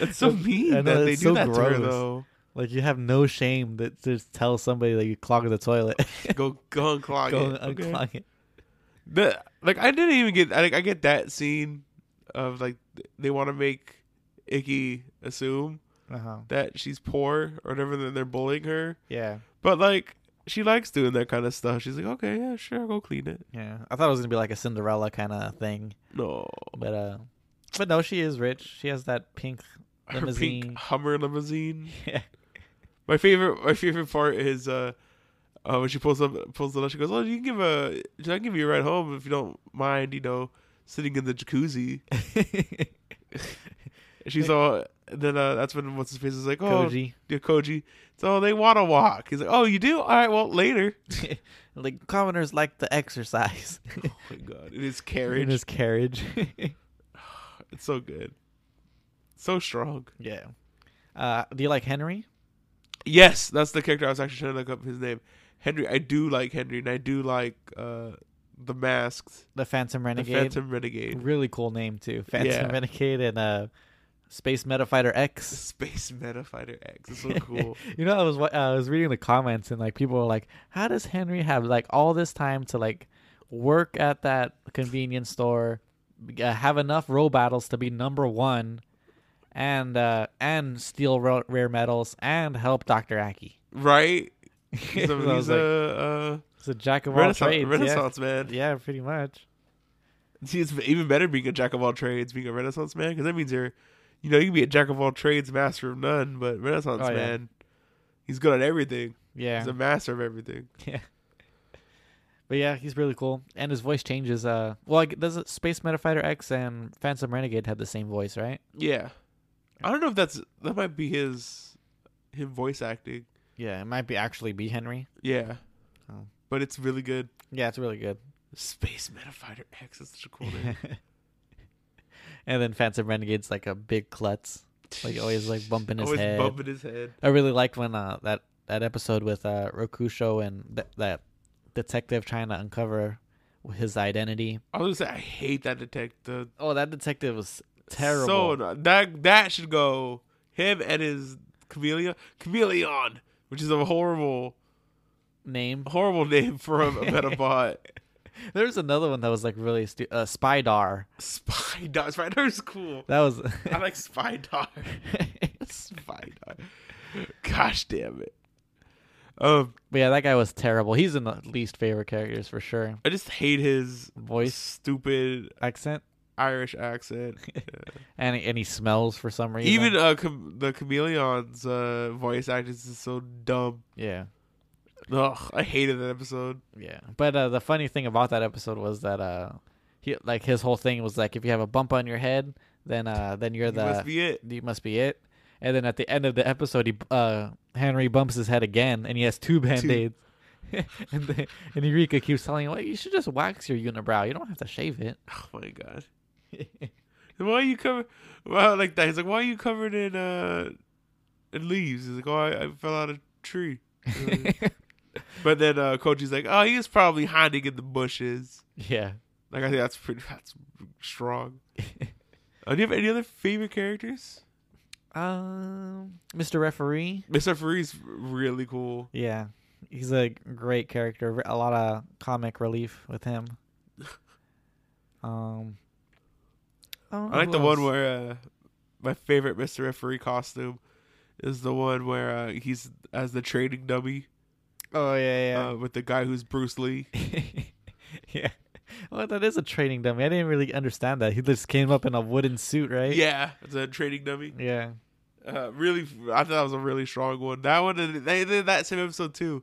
S1: That's so mean
S2: I know,
S1: that they
S2: it's
S1: do
S2: so
S1: that to her,
S2: gross.
S1: though.
S2: Like you have no shame that to just tell somebody that you clogged the toilet.
S1: Go, go unclog
S2: go
S1: it. Okay.
S2: unclog it.
S1: The- like, I didn't even get, I, like, I get that scene of, like, they want to make Icky assume
S2: Uh-huh.
S1: that she's poor or whatever, then they're bullying her.
S2: Yeah,
S1: But, like, she likes doing that kind of stuff. She's like, okay, yeah, sure, go clean it.
S2: yeah. I thought it was gonna be like a Cinderella kind of thing,
S1: No.
S2: but uh, but no, she is rich. She has that pink.
S1: Her
S2: Limousine.
S1: pink Hummer limousine.
S2: Yeah.
S1: My favorite, my favorite part is uh, uh when she pulls up, pulls the she goes, "Oh, you can give a, I can give you a ride home if you don't mind, you know, sitting in the jacuzzi." And She's all, and then uh, that's when what's his face is like, "Oh, Koji.
S2: Koji.
S1: Yeah, Koji." So they want to walk. He's like, "Oh, you do? All right, well, later."
S2: like commoners like the exercise
S1: oh my god, it is
S2: in
S1: carriage.
S2: his carriage.
S1: It's so good, so strong.
S2: yeah. Uh, do you like Henry?
S1: Yes, that's the character I was actually trying to look up his name, Henry. I do like Henry, and I do like uh the masked,
S2: The Phantom
S1: the
S2: Renegade.
S1: Phantom Renegade.
S2: Really cool name too. Phantom
S1: Yeah.
S2: Renegade and uh, Space Metafighter X.
S1: Space Meta Fighter X. It's so cool.
S2: you know, I was wa- uh, I was reading the comments and like people were like, "How does Henry have like all this time to like work at that convenience store, uh, have enough row battles to be number one, and uh and steal ra- rare metals and help Doctor Aki?"
S1: right?
S2: So I
S1: He's a,
S2: was
S1: he's
S2: like,
S1: a,
S2: "It's a jack
S1: uh,
S2: of all
S1: renaissance,
S2: trades."
S1: renaissance
S2: yeah.
S1: man.
S2: yeah, pretty much.
S1: See, it's even better being a jack of all trades, being a renaissance man, because that means you're, you know, you can be a jack of all trades, master of none, but renaissance
S2: Oh, yeah.
S1: man, he's good at everything.
S2: Yeah,
S1: He's a master of everything.
S2: but yeah, he's really cool, and his voice changes. Uh, well, like, does it- Space Metafighter X and Phantom Renegade have the same voice, right?
S1: Yeah, I don't know if that's that might be his, him voice acting.
S2: Yeah, it might be actually be Henry.
S1: Yeah,
S2: Oh.
S1: but it's really good.
S2: Yeah, it's really good.
S1: Space Metafighter X is such a cool name.
S2: and then Phantom Renegade's like a big klutz, like always like bumping his
S1: Always
S2: head.
S1: bumping his head.
S2: I really liked when uh, that that episode with uh, Rokusho and th- that detective trying to uncover his identity.
S1: I was gonna say I hate that detect the
S2: Oh, that detective was
S1: So
S2: terrible.
S1: anno- that that should go him and his chameleon, chameleon, which is a horrible,
S2: Name.
S1: horrible name for a, a Metabot.
S2: There was another one that was like really stu- uh, Spydar.
S1: Spy Dog. Spy Dog is cool.
S2: That was
S1: I like Spy Dog. Spy Dog. Gosh damn it. Um,
S2: But yeah, that guy was terrible. He's in the least favorite characters for sure.
S1: I just hate his
S2: Voice
S1: stupid
S2: accent.
S1: Irish accent.
S2: and and he smells for some reason.
S1: Even uh, cham- the chameleon's uh, voice acting is so dumb.
S2: yeah,
S1: Ugh, I hated that episode.
S2: yeah. But uh, the funny thing about that episode was that uh, he like his whole thing was like if you have a bump on your head, then uh, then you're
S1: That
S2: the
S1: must be it.
S2: you must be it. And then at the end of the episode, he uh, Henry bumps his head again, and he has two band aids. and then, and Eureka keeps telling him, "Well, you should just wax your unibrow. You don't have to shave it."
S1: Oh my god. Why are you covered? Well, like that. He's like, why are you covered in uh, in leaves? He's like, oh, I, I fell out of a tree. But then uh, Koji's like, oh, he was probably hiding in the bushes.
S2: yeah.
S1: Like I think that's pretty that's strong. Uh, do you have any other favorite characters?
S2: Um, Mr. Referee.
S1: Mr. Fury's really cool.
S2: Yeah, he's a great character. A lot of comic relief with him. Um, don't know
S1: I like
S2: who
S1: the
S2: else.
S1: one where uh, my favorite Mr. Referee costume is the one where uh, he's as the training dummy
S2: Oh yeah,
S1: uh, with the guy who's Bruce Lee.
S2: yeah, yeah. Well, that is a training dummy. I didn't really understand that. He just came up in a wooden suit, right?
S1: Yeah, it's a training dummy.
S2: yeah,
S1: Uh, really, I thought that was a really strong one. That one, and they did that same episode too.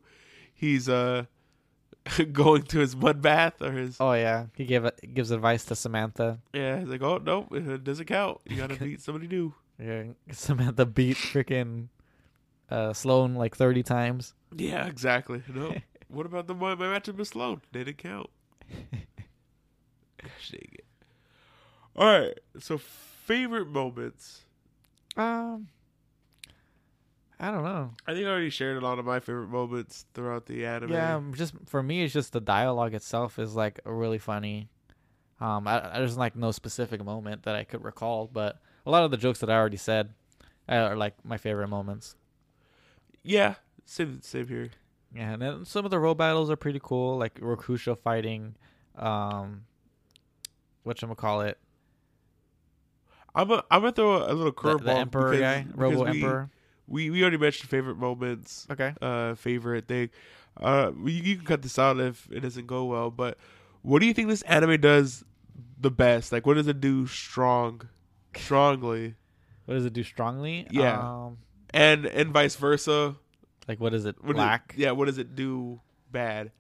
S1: He's uh going to his mud bath or his
S2: oh yeah. He gave gives advice to Samantha.
S1: yeah. He's like, oh no, it doesn't count. You gotta beat somebody new.
S2: Yeah, Samantha beat freaking uh, Sloan like thirty times.
S1: Yeah, exactly. No. what about the my, my matchup with Sloan? They didn't count. Gosh dang it. All right. So favorite moments.
S2: Um, I don't know.
S1: I think I already shared a lot of my favorite moments throughout the anime.
S2: Yeah, um, just for me, it's just the dialogue itself is like really funny. Um, I, I- there's like no specific moment that I could recall, but a lot of the jokes that I already said uh, are like my favorite moments.
S1: Yeah. Same same here.
S2: Yeah, and then some of the road battles are pretty cool, like Rokusho fighting, um, what call it,
S1: I'm a, I'm gonna throw a, little
S2: the,
S1: curveball.
S2: the Emperor
S1: because-
S2: guy,
S1: because
S2: Robo
S1: we-
S2: Emperor.
S1: We, we already mentioned favorite moments.
S2: Okay.
S1: Uh, favorite thing. Uh, you, you can cut this out if it doesn't go well. But what do you think this anime does the best? Like, what does it do strong, strongly,
S2: What does it do strongly?
S1: Yeah.
S2: Um,
S1: and and vice versa?
S2: like what is it
S1: What does it-
S2: lack?
S1: yeah. What does it do bad?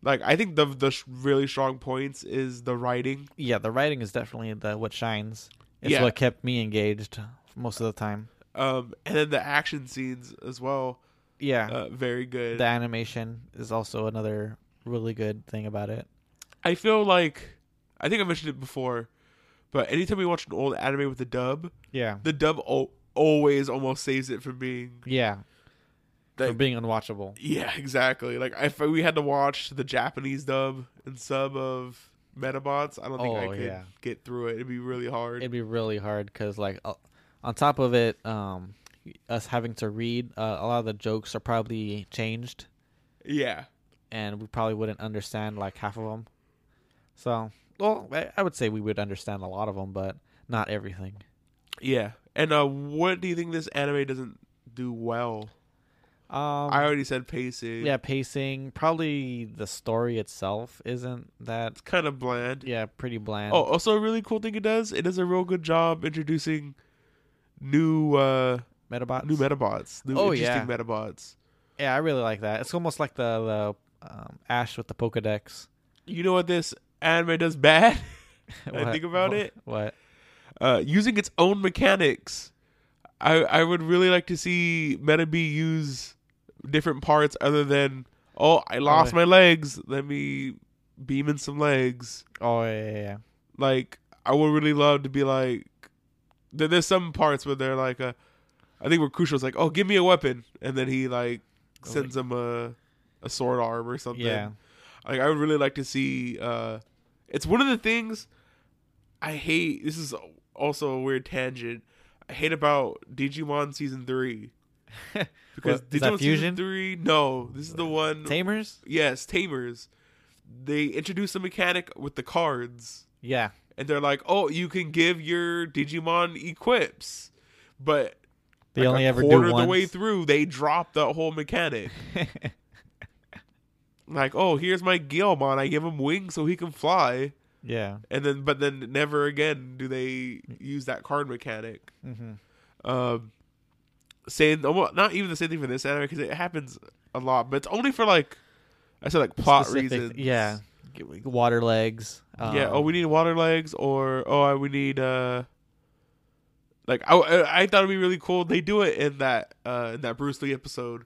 S1: Like, I think the the sh- really strong points is the writing.
S2: yeah, the writing is definitely the what shines. It's
S1: Yeah.
S2: what kept me engaged most of the time.
S1: Um, and then the action scenes as well.
S2: Yeah.
S1: Uh, very good.
S2: the animation is also another really good thing about it.
S1: I feel like I think I mentioned it before, but anytime we watch an old anime with the dub,
S2: Yeah.
S1: the dub al always almost saves it from being
S2: Yeah. For
S1: Like-
S2: being unwatchable.
S1: yeah exactly like if we had to watch the Japanese dub and sub of Metabots, I don't think I
S2: Oh,
S1: could
S2: yeah.
S1: get through it. It'd be really hard.
S2: It'd be really hard because, like, uh, on top of it, um, us having to read, uh, a lot of the jokes are probably changed,
S1: yeah,
S2: and we probably wouldn't understand like half of them. So, well, I, I would say we would understand a lot of them, but not everything.
S1: yeah. And uh, what do you think this anime doesn't do well?
S2: Um,
S1: I already said pacing.
S2: yeah, pacing. Probably the story itself isn't that.
S1: it's kind of bland.
S2: Yeah, pretty bland.
S1: Oh, also a really cool thing it does. It does a real good job introducing new uh
S2: Metabots.
S1: new Metabots, new
S2: Oh,
S1: interesting
S2: yeah.
S1: Metabots.
S2: Yeah, I really like that. It's almost like the the um, Ash with the Pokedex.
S1: You know what this anime does bad?
S2: What-
S1: think about
S2: what-
S1: it.
S2: What?
S1: Uh, using its own mechanics. I I would really like to see Metabee use different parts other than oh I lost
S2: yeah.
S1: my legs. Let me beam in some legs.
S2: Oh yeah, yeah, yeah.
S1: Like I would really love to be like. there- There's some parts where they're like, uh, I think where Crucial's like, oh give me a weapon, and then he like
S2: Oh,
S1: sends him a a sword arm or something.
S2: yeah.
S1: Like I would really like to see. Uh, it's one of the things I hate. This is also a weird tangent. I hate about Digimon season three because
S2: What, is that
S1: Digimon
S2: Fusion?
S1: season three. No, this is the one.
S2: Tamers.
S1: yes, Tamers. They introduce a mechanic with the cards,
S2: Yeah,
S1: and they're like, "Oh, you can give your Digimon equips," but
S2: they
S1: like,
S2: only
S1: a
S2: ever
S1: quarter
S2: do
S1: the
S2: once.
S1: way through they drop that whole mechanic. like, oh, here's my Gilmon. I give him wings so he can fly.
S2: Yeah.
S1: and then but then never again do they use that card mechanic.
S2: Mm-hmm.
S1: Um, same, well, not even the same thing for this anime because it happens a lot, but it's only for like I said, like plot reasons.
S2: Yeah. G- Water legs. Um,
S1: yeah. Oh, we need water legs, or oh, I- we need uh, like I I I thought it'd be really cool. They do it in that uh in that Bruce Lee episode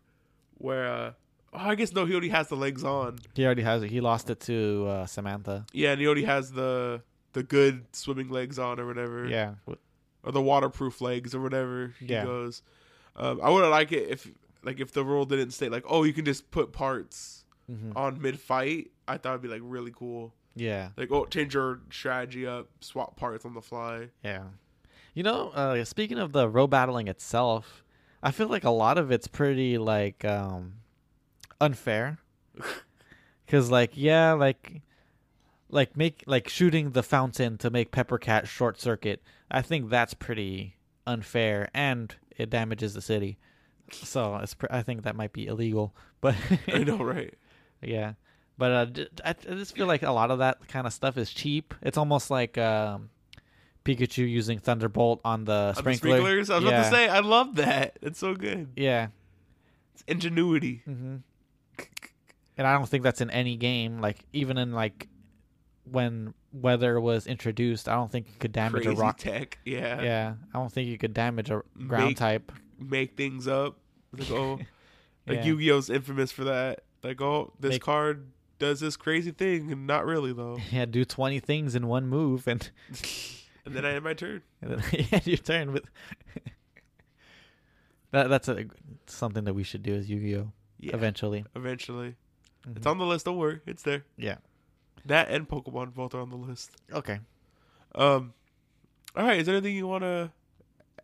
S1: where uh, oh, I guess no, he already has the legs on.
S2: he already has it. He lost it to uh, Samantha.
S1: Yeah, and he already has the the good swimming legs on or whatever.
S2: Yeah.
S1: or the waterproof legs or whatever he
S2: Yeah.
S1: goes. Um, I would have liked it if like if the rule didn't state like oh you can just put parts
S2: hmm
S1: on mid fight. I thought it'd be like really cool.
S2: Yeah.
S1: Like oh change your strategy up, swap parts on the fly.
S2: Yeah. You know, uh, speaking of the row battling itself, I feel like a lot of it's pretty like um unfair. Cuz like yeah, like like make like shooting the fountain to make Peppercat short circuit. I think that's pretty unfair and it damages the city. So, it's pr- I think that might be illegal, but
S1: I know, right?
S2: yeah, but uh, j- I, I just feel like a lot of that kind of stuff is cheap. It's almost like um, Pikachu using Thunderbolt on the
S1: On the
S2: sprinkler.
S1: sprinklers. I was
S2: yeah.
S1: about to say I love that. It's so good.
S2: Yeah.
S1: It's ingenuity.
S2: hmm And I don't think that's in any game. Like even in like when weather was introduced, I don't think you could damage
S1: Crazy
S2: a rock.
S1: tech. Yeah.
S2: yeah, I don't think you could damage a ground
S1: Make-
S2: type.
S1: Make things up. Like oh, like
S2: Yeah.
S1: Yu-Gi-Oh's infamous for that. Like oh, this
S2: Make-
S1: card does this crazy thing, and not really though.
S2: Yeah, do twenty things in one move, and,
S1: and then I end my turn.
S2: and then you had your turn with. that that's a, something that we should do as Yu-Gi-Oh.
S1: Yeah.
S2: Eventually,
S1: Eventually. It's
S2: Mhm.
S1: on the list, don't worry. It's there.
S2: Yeah.
S1: That and Pokemon both are on the list.
S2: Okay.
S1: Um all right, is there anything you wanna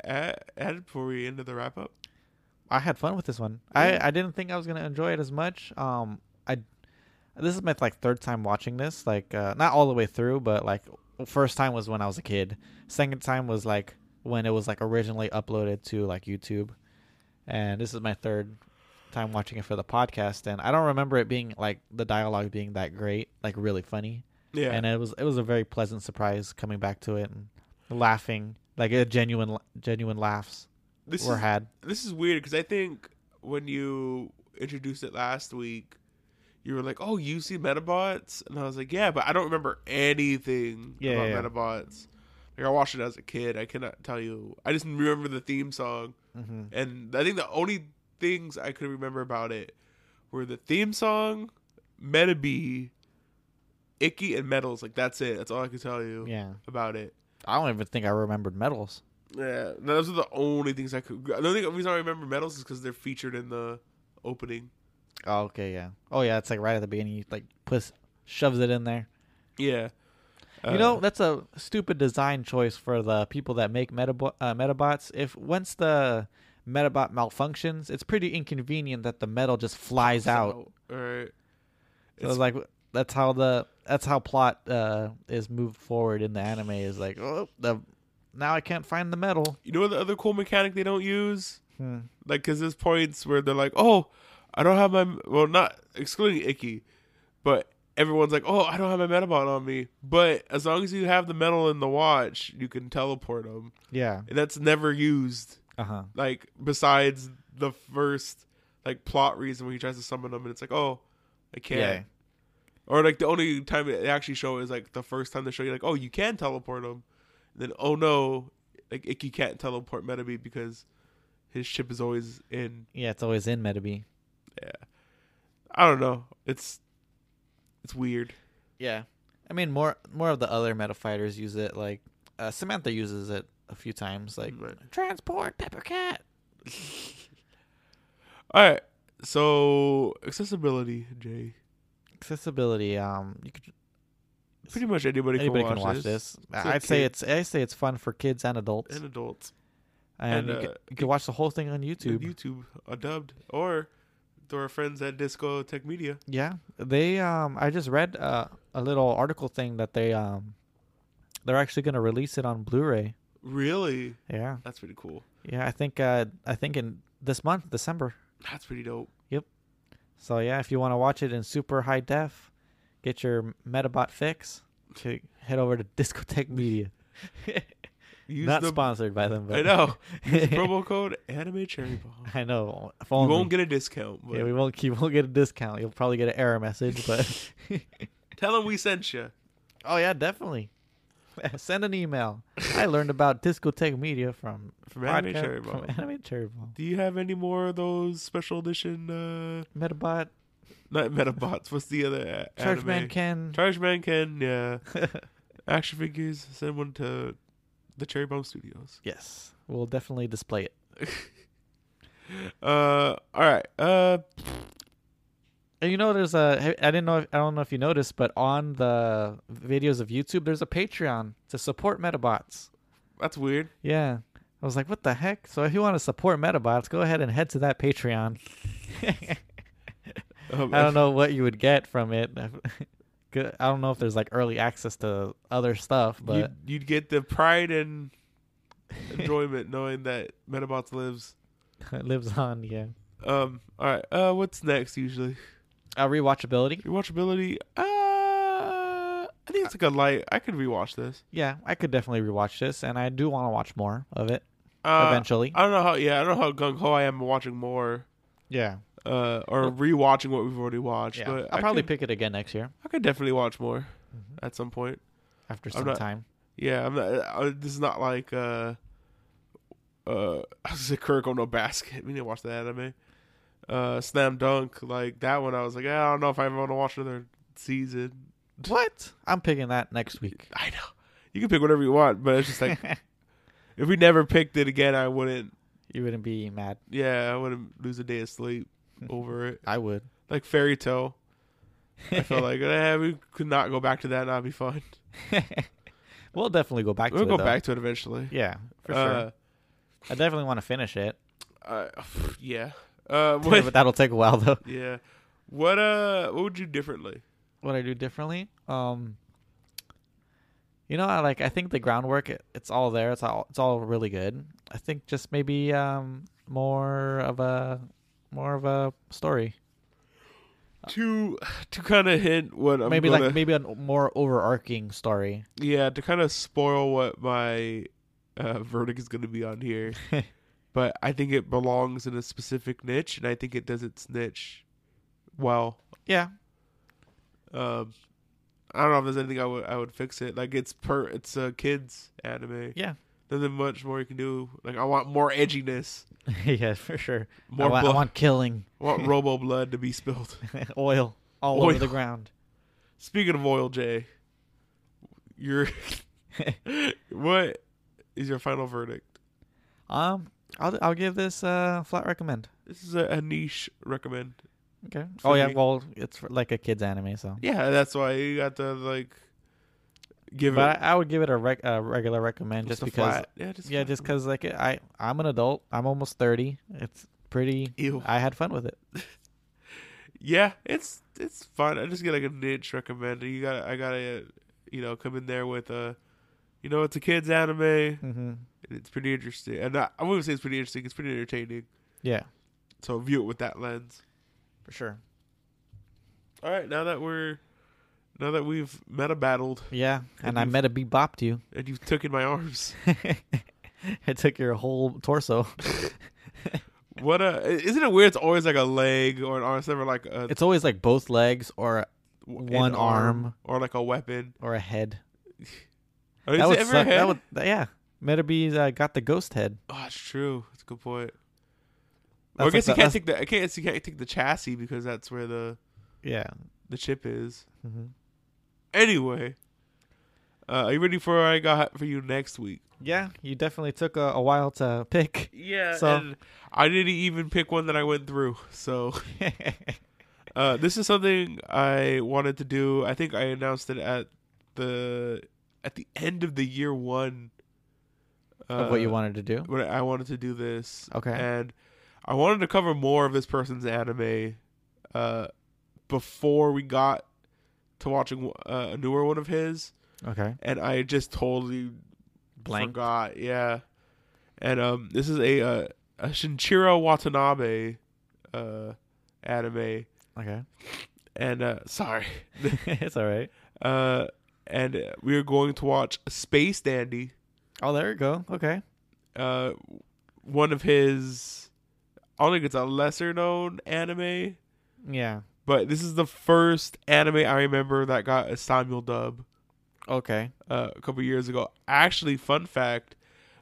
S1: add, add before we end the wrap up?
S2: I had fun with this one.
S1: Yeah.
S2: I, I didn't think I was gonna enjoy it as much. Um, I this is my like third time watching this. Like, uh, not all the way through, but like first time was when I was a kid. Second time was like when it was like originally uploaded to like YouTube, and this is my third time watching it for the podcast. And I don't remember it being like the dialogue being that great, like really funny.
S1: Yeah.
S2: And it was it was a very pleasant surprise coming back to it and laughing like a genuine genuine laughs
S1: this
S2: were
S1: is
S2: had.
S1: this is weird because I think when you introduced it last week, you were like, Oh, you see Metabots? And I was like, Yeah, but I don't remember anything
S2: Yeah,
S1: about
S2: yeah, yeah.
S1: Metabots. Like I watched it as a kid. I cannot tell you. I just remember the theme song.
S2: Mm-hmm.
S1: And I think the only things I could remember about it were the theme song, Metabee, Icky, and Metals. Like that's it. That's all I could tell you
S2: Yeah.
S1: about it.
S2: I don't even think I remembered medals.
S1: Yeah, those are the only things I could. The only reason I remember Metals is because they're featured in the opening.
S2: Oh, okay, yeah. Oh, yeah, it's like right at the beginning. He like puts shoves it in there.
S1: Yeah, Uh,
S2: you know, that's a stupid design choice for the people that make metabo- uh, metabots. If once the metabot malfunctions, it's pretty inconvenient that the metal just flies out.
S1: All Uh, right.
S2: So it's like that's how the that's how plot uh, is moved forward in the anime. Is like oh the now I can't find the metal.
S1: You know what the other cool mechanic they don't use?
S2: Hmm.
S1: Like, because there's points where they're like, oh, I don't have my, well, not excluding Icky, but everyone's like, oh, I don't have my Metabot on me. But as long as you have the metal in the watch, you can teleport them.
S2: Yeah.
S1: And that's never used,
S2: Uh huh.
S1: like, besides the first, like, plot reason when he tries to summon them and it's like, oh, I can't.
S2: Yeah.
S1: Or, like, the only time they actually show is, like, the first time they show you, like, oh, you can teleport them. And then, oh, no, like, Icky can't teleport Metabee because his ship is always in
S2: Yeah. It's always in metabee.
S1: I don't know. It's it's weird.
S2: Yeah, I mean more more of the other meta fighters use it. Like uh, Samantha uses it a few times. Like
S1: Right.
S2: Mm. transport pepper cat.
S1: All right. So accessibility, Jay.
S2: Accessibility. Um, you could,
S1: Pretty much anybody,
S2: anybody
S1: can, watch this,
S2: this.
S1: It's
S2: I'd say
S1: okay.
S2: it's I say it's fun for kids and adults,
S1: and
S2: and,
S1: adults and,
S2: you, can,
S1: uh,
S2: you can watch the whole thing on YouTube.
S1: and YouTube uh, dubbed or through our friends at Disco Tech Media.
S2: Yeah, they. Um, I just read uh, a little article thing that they um, they're actually gonna release it on Blu-ray.
S1: Really,
S2: Yeah,
S1: that's pretty cool.
S2: yeah. I think uh, I think in this month, December.
S1: That's pretty dope.
S2: So yeah, if you want to watch it in super high def, get your Metabot fix. to head over to Discotech Media.
S1: Use
S2: Not
S1: the
S2: sponsored by them, but
S1: I know. Use the promo code anime cherry bomb.
S2: I know. If
S1: You
S2: only.
S1: won't get a discount. But
S2: yeah, we won't. You won't get a discount. You'll probably get an error message, but
S1: Tell them we sent you.
S2: oh yeah, definitely. Send an email. I learned about Discotech Media from
S1: From Anime
S2: podcast-
S1: Cherry
S2: from
S1: Bomb.
S2: Anime Cherry Bomb.
S1: Do you have any more of those special edition? uh
S2: Metabot,
S1: Not Metabots. What's the other? a-
S2: Churchman
S1: anime?
S2: Ken.
S1: Trash Man Ken, yeah. Action figures, send one to the Cherry Bomb Studios.
S2: yes, we'll definitely display it.
S1: Uh, all right. Uh,
S2: And you know, there's a. I didn't know. If, I don't know if you noticed, but on the videos of YouTube, there's a Patreon to support Metabots.
S1: that's weird.
S2: Yeah, I was like, what the heck? So if you want to support Metabots, go ahead and head to that Patreon.
S1: Um,
S2: I don't know what you would get from it. Good- I don't know if there's like early access to other stuff, but
S1: You'd, you'd get the pride and enjoyment knowing that Metabots lives.
S2: it lives on. Yeah,
S1: Um, all right. Uh, what's next usually?
S2: uh, rewatchability.
S1: Your watchability. Uh, I think it's like a light. I could rewatch this.
S2: Yeah, I could definitely rewatch this, and I do want to watch more of it
S1: Uh,
S2: eventually.
S1: I don't know how. Yeah, I don't know how gung ho I am watching more.
S2: yeah,
S1: Uh, or rewatching what we've already watched.
S2: yeah.
S1: But
S2: I'll probably
S1: could,
S2: pick it again next year
S1: I could definitely watch more
S2: Mhm.
S1: at some point.
S2: after
S1: Mm-hmm. I'm
S2: some
S1: not-
S2: time.
S1: Yeah, I'm not. Uh, this is not like uh, uh, I was like Kuroko no Basket. We didn't watch that anime. Uh, Slam Dunk, like that one. I was like, I don't know if I ever want to watch another season.
S2: What? I'm picking that next week.
S1: I know you can pick whatever you want, but it's just like if we never picked it again, I wouldn't.
S2: you wouldn't be mad.
S1: Yeah, I wouldn't lose a day of sleep over it.
S2: I would.
S1: Like Fairy Tale, I felt like eh, we could not go back to that. and That'd be fun.
S2: we'll definitely go back
S1: We'll
S2: to
S1: go
S2: it. though.
S1: back to it eventually.
S2: Yeah, for
S1: uh,
S2: sure. I definitely want to finish it,
S1: uh, yeah. Uh, what,
S2: but that'll take a while though.
S1: Yeah. What uh what would you do differently?
S2: What I do differently? Um, you know, I like. I think the groundwork. It, it's all there. It's all. It's all really good. I think just maybe um more of a more of a story.
S1: To to kind of hint what I'm
S2: Uh, maybe
S1: gonna,
S2: like maybe a more overarching story.
S1: yeah to kind of spoil what my uh, verdict is going to be on here, but I think it belongs in a specific niche, and I think it does its niche well.
S2: yeah.
S1: Um, I don't know if there's anything I would I would fix it. Like it's per it's a kids anime.
S2: Yeah.
S1: Nothing much more you can do. Like I want more edginess,
S2: yeah, for sure.
S1: more
S2: I, wa- I
S1: blood. I want,
S2: want killing
S1: Robo blood to be spilled.
S2: oil all
S1: Oil.
S2: over the ground.
S1: Speaking of oil, Jay, your what is your final verdict?
S2: Um, I'll I'll give this uh flat recommend.
S1: This is a, a niche recommend.
S2: Okay.
S1: For
S2: Oh yeah,
S1: me.
S2: well it's for, like a kids anime, so.
S1: Yeah, that's why you got to like give
S2: But
S1: it
S2: I, I would give it a, rec- a regular recommend just
S1: a
S2: because.
S1: flat- Yeah, just
S2: Yeah, just because like I I'm an adult. I'm almost thirty. It's pretty.
S1: Ew.
S2: I had fun with it.
S1: yeah, it's it's fun. I just get like a niche recommend. You got to I gotta you know come in there with a you know it's a kids anime. and
S2: hmm
S1: It's pretty interesting, and I, I wouldn't say it's pretty interesting. It's pretty entertaining.
S2: Yeah,
S1: So view it with that lens.
S2: for sure.
S1: All right, now that we're now that we've meta battled
S2: Yeah,
S1: And
S2: and I
S1: you've-
S2: met a bebopped you.
S1: and you took in my arms.
S2: I took your whole torso.
S1: What a isn't it weird? It's always like a leg or an arm. It's never like a
S2: It's always like both legs or
S1: an
S2: one arm.
S1: or like a weapon.
S2: or a head.
S1: Or
S2: that
S1: is
S2: would
S1: it ever
S2: suck.
S1: a head?
S2: That would yeah. Metabee uh, got the ghost head.
S1: Oh, it's true. That's a good point.
S2: That's
S1: Well, I
S2: like
S1: guess
S2: the-
S1: you
S2: that's-
S1: can't take the I can't you can't take the chassis because that's where the
S2: Yeah.
S1: the chip is.
S2: hmm
S1: Anyway, uh, are you ready for what I got for you next week?
S2: Yeah, you definitely took a, a while to pick.
S1: Yeah.
S2: So-
S1: and I didn't even pick one that I went through. So uh, this is something I wanted to do. I think I announced it at the at the end of the year one. uh,
S2: of what you wanted to do.
S1: When I wanted to do this,
S2: Okay.
S1: and I wanted to cover more of this person's anime uh, before we got to watching uh, a newer one of his,
S2: Okay.
S1: and I just totally
S2: Blank.
S1: forgot. Yeah, and um, this is a uh, a Shinchiro Watanabe uh, anime,
S2: Okay.
S1: and uh, sorry.
S2: it's all right.
S1: Uh, and uh, we are going to watch Space Dandy,
S2: Oh, there you go. Okay.
S1: uh, one of his. I don't think it's a lesser known anime,
S2: Yeah.
S1: but this is the first anime I remember that got a Samuel dub
S2: Okay.
S1: uh, a couple years ago. Actually, fun fact.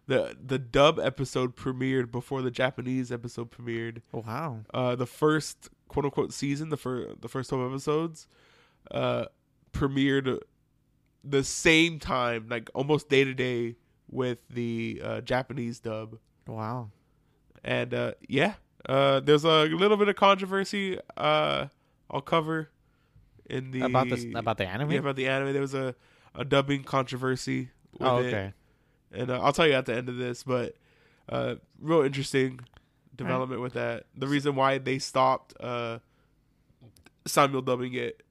S1: The, the dub episode premiered before the Japanese episode premiered.
S2: Wow.
S1: uh, the first quote unquote season, the first the first twelve episodes, uh, premiered the same time, like almost day to day with the uh, Japanese dub.
S2: Wow.
S1: And uh, yeah, uh, there's a little bit of controversy uh, I'll cover in the
S2: about this about the anime.
S1: yeah, about the anime. There was a, a dubbing controversy. With
S2: oh,
S1: it.
S2: okay.
S1: And uh, I'll tell you at the end of this, but uh, real interesting development with that. The reason why they stopped uh, Samuel dubbing it,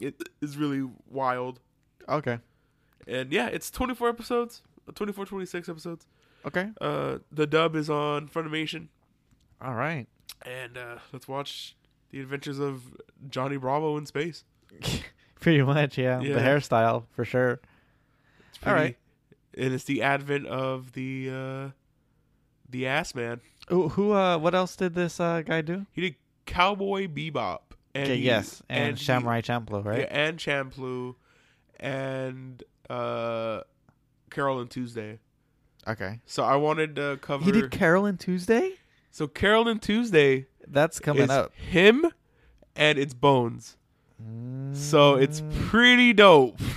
S1: it is really wild.
S2: Okay.
S1: And yeah, it's 24 episodes, 24, 26 episodes.
S2: Okay.
S1: Uh, the dub is on Funimation.
S2: All right.
S1: And uh, let's watch the adventures of Johnny Bravo in space.
S2: Pretty much, yeah.
S1: Yeah.
S2: The hairstyle for sure.
S1: It's
S2: All right.
S1: And it's the advent of the uh, the ass man.
S2: Who, who uh what else did this uh guy do?
S1: He did Cowboy Bebop. And
S2: Okay,
S1: he-
S2: yes. And,
S1: he-
S2: Samurai Champloo, right?
S1: Yeah, and Champloo, and uh, Carol and Tuesday.
S2: Okay.
S1: So I wanted to cover.
S2: He did Carol and Tuesday?
S1: so Carol and Tuesday
S2: That's coming
S1: is
S2: up.
S1: him, and it's Bones. So it's
S2: Mm.
S1: pretty dope.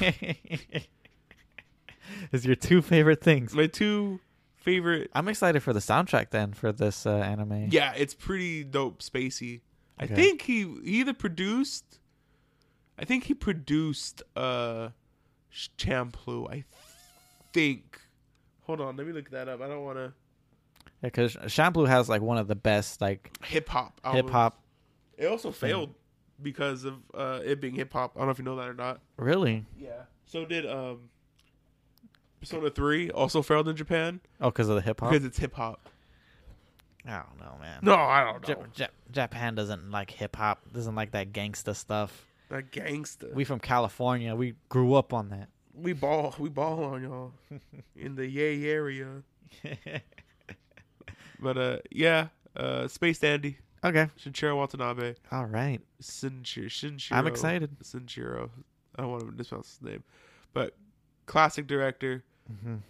S2: is your two favorite things.
S1: My two favorite.
S2: I'm excited for the soundtrack then for this uh, anime.
S1: Yeah, it's pretty dope. Spacey. I
S2: Okay.
S1: think he, he either produced. I think he produced uh, Sh- Champloo. I think. Hold on, let me look that up. I don't want to
S2: Because Champloo has like one of the best like
S1: hip hop.
S2: hip
S1: albums.
S2: hop.
S1: It also failed because of uh, it being hip hop. I don't know if you know that or not.
S2: Really?
S1: Yeah. So did um, Persona Three also failed in Japan
S2: Oh, because of the hip hop.
S1: because it's hip hop.
S2: I don't know, man.
S1: No, I don't
S2: Ja-
S1: know.
S2: Ja- Japan doesn't like hip hop. Doesn't like that gangsta stuff.
S1: That gangster. We
S2: We from California. We grew up on that.
S1: we ball we ball on y'all in the yay area. But uh, yeah, uh, Space Dandy,
S2: okay.
S1: Shinchiro Watanabe,
S2: All right.
S1: Shinchiro. Shinchiro
S2: I'm excited.
S1: Shinchiro. I don't want to mispronounce his name, but classic director.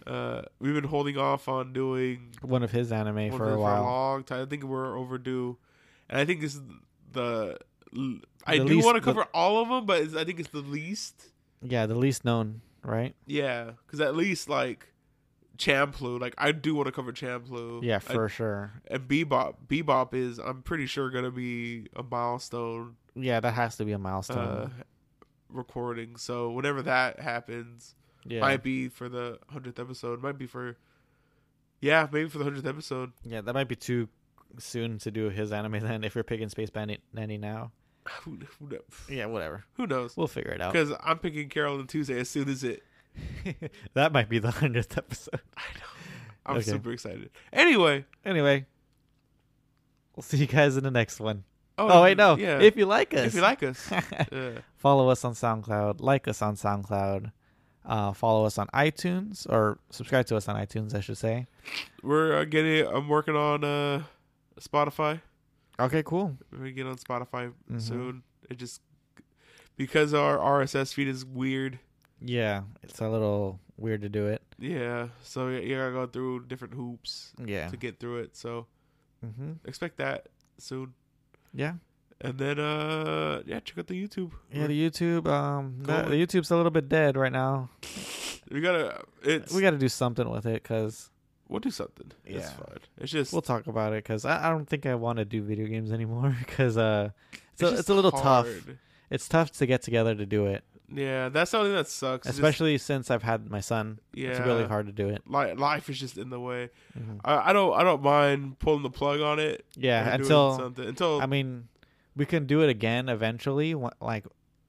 S1: Uh, we've been holding off on doing
S2: Mm-hmm. One of his anime
S1: one
S2: for a
S1: for a
S2: while.
S1: long time. I think we're overdue, and I think this is the. l- I
S2: The
S1: do
S2: least-
S1: want to
S2: the-
S1: cover all of them, but it's, I think it's the least.
S2: yeah, the least known, right?
S1: Yeah, because at least like Champloo, like I do want to cover Champloo.
S2: Yeah,
S1: I-
S2: for sure.
S1: and Bebop. Bebop is I'm pretty sure gonna be a milestone
S2: Yeah, that has to be a
S1: uh,
S2: milestone.
S1: recording. So whenever that happens,
S2: yeah.
S1: might be for the hundredth episode. Might be for. Yeah, maybe for the hundredth episode.
S2: yeah, that might be too soon to do his anime then if you're picking Space Bandit Nanny now.
S1: Who, who, kno-
S2: Yeah, whatever.
S1: who knows?
S2: We'll figure it out.
S1: Because I'm picking Carol and Tuesday as soon as it.
S2: that might be the 100th episode.
S1: I'm
S2: Okay.
S1: super excited. Anyway.
S2: Anyway, we'll see you guys in the next one. Oh, wait, no.
S1: Yeah.
S2: If you like us,
S1: If you like us. yeah.
S2: follow us on SoundCloud, like us on SoundCloud, uh, follow us on iTunes, or subscribe to us on iTunes, I should say.
S1: We're uh, getting. I'm working on uh, Spotify.
S2: Okay, cool.
S1: We're gonna get on Spotify
S2: Mhm.
S1: soon. It just because our RSS feed is weird.
S2: Yeah, it's a little weird to do it.
S1: Yeah. So you gotta go through different hoops
S2: Yeah.
S1: to get through it. So
S2: Mm-hmm.
S1: expect that soon.
S2: Yeah.
S1: And then uh, yeah, check out the YouTube.
S2: Yeah, the YouTube, um, the,
S1: Cool.
S2: the YouTube's a little bit dead right now.
S1: we gotta. It's
S2: We got to do something with it because
S1: we'll do something. It's
S2: Yeah.
S1: fine. It's just
S2: we'll talk about it because I, I don't think I want to do video games anymore because uh, it's, a,
S1: just
S2: it's a little tough.
S1: hard.
S2: It's tough to get together to do it,
S1: Yeah, that's something that sucks. It's just-
S2: especially since I've had my son.
S1: yeah,
S2: It's really hard to do it.
S1: Li- life is just in the way.
S2: Mhm.
S1: I, I don't I don't mind pulling the plug on it.
S2: Yeah,
S1: and doing
S2: until
S1: something until
S2: I mean, we can do it again eventually. wh- Like,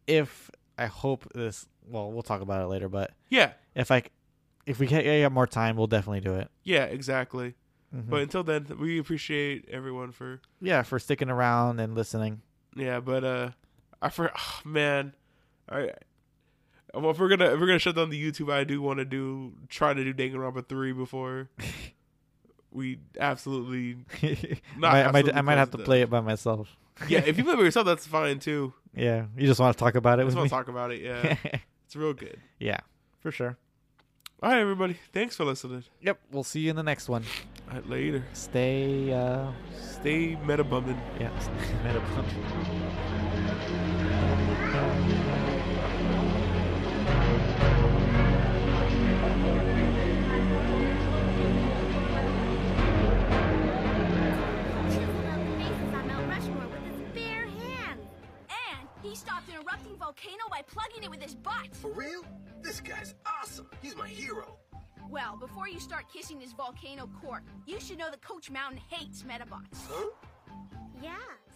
S2: if I hope this. Well, we'll talk about it later, but
S1: yeah
S2: if I, c- if we get, get more time, we'll definitely do it.
S1: yeah exactly.
S2: Mhm.
S1: But until then, we appreciate everyone for
S2: yeah, for sticking around and listening.
S1: yeah. But uh, I for oh, man, I Well, if we're gonna if we're gonna shut down the YouTube, I do want to do try to do Danganronpa three before we absolutely. Not
S2: I, might, I, might, I
S1: absolutely
S2: might have to
S1: close it
S2: play it by myself.
S1: Yeah, if you play by yourself, that's fine too.
S2: Yeah, you just want to talk about
S1: I
S2: it
S1: just
S2: with
S1: want
S2: me.
S1: to talk about it. Yeah, it's real good.
S2: yeah, for sure.
S1: All right, everybody. Thanks for listening.
S2: Yep, we'll see you in the next one.
S1: All right, later.
S2: Stay, uh,
S1: Stay meta bumming.
S2: yeah, meta.
S3: chiseled out the faces on Mount Rushmore with his bare hands.
S4: And he stopped an erupting volcano by plugging it with his butt.
S5: For real? This guy's awesome. He's my hero.
S4: Well, before you start kissing his volcano cork, you should know that Coach Mountain hates Metabots.
S5: Huh?
S3: Yeah.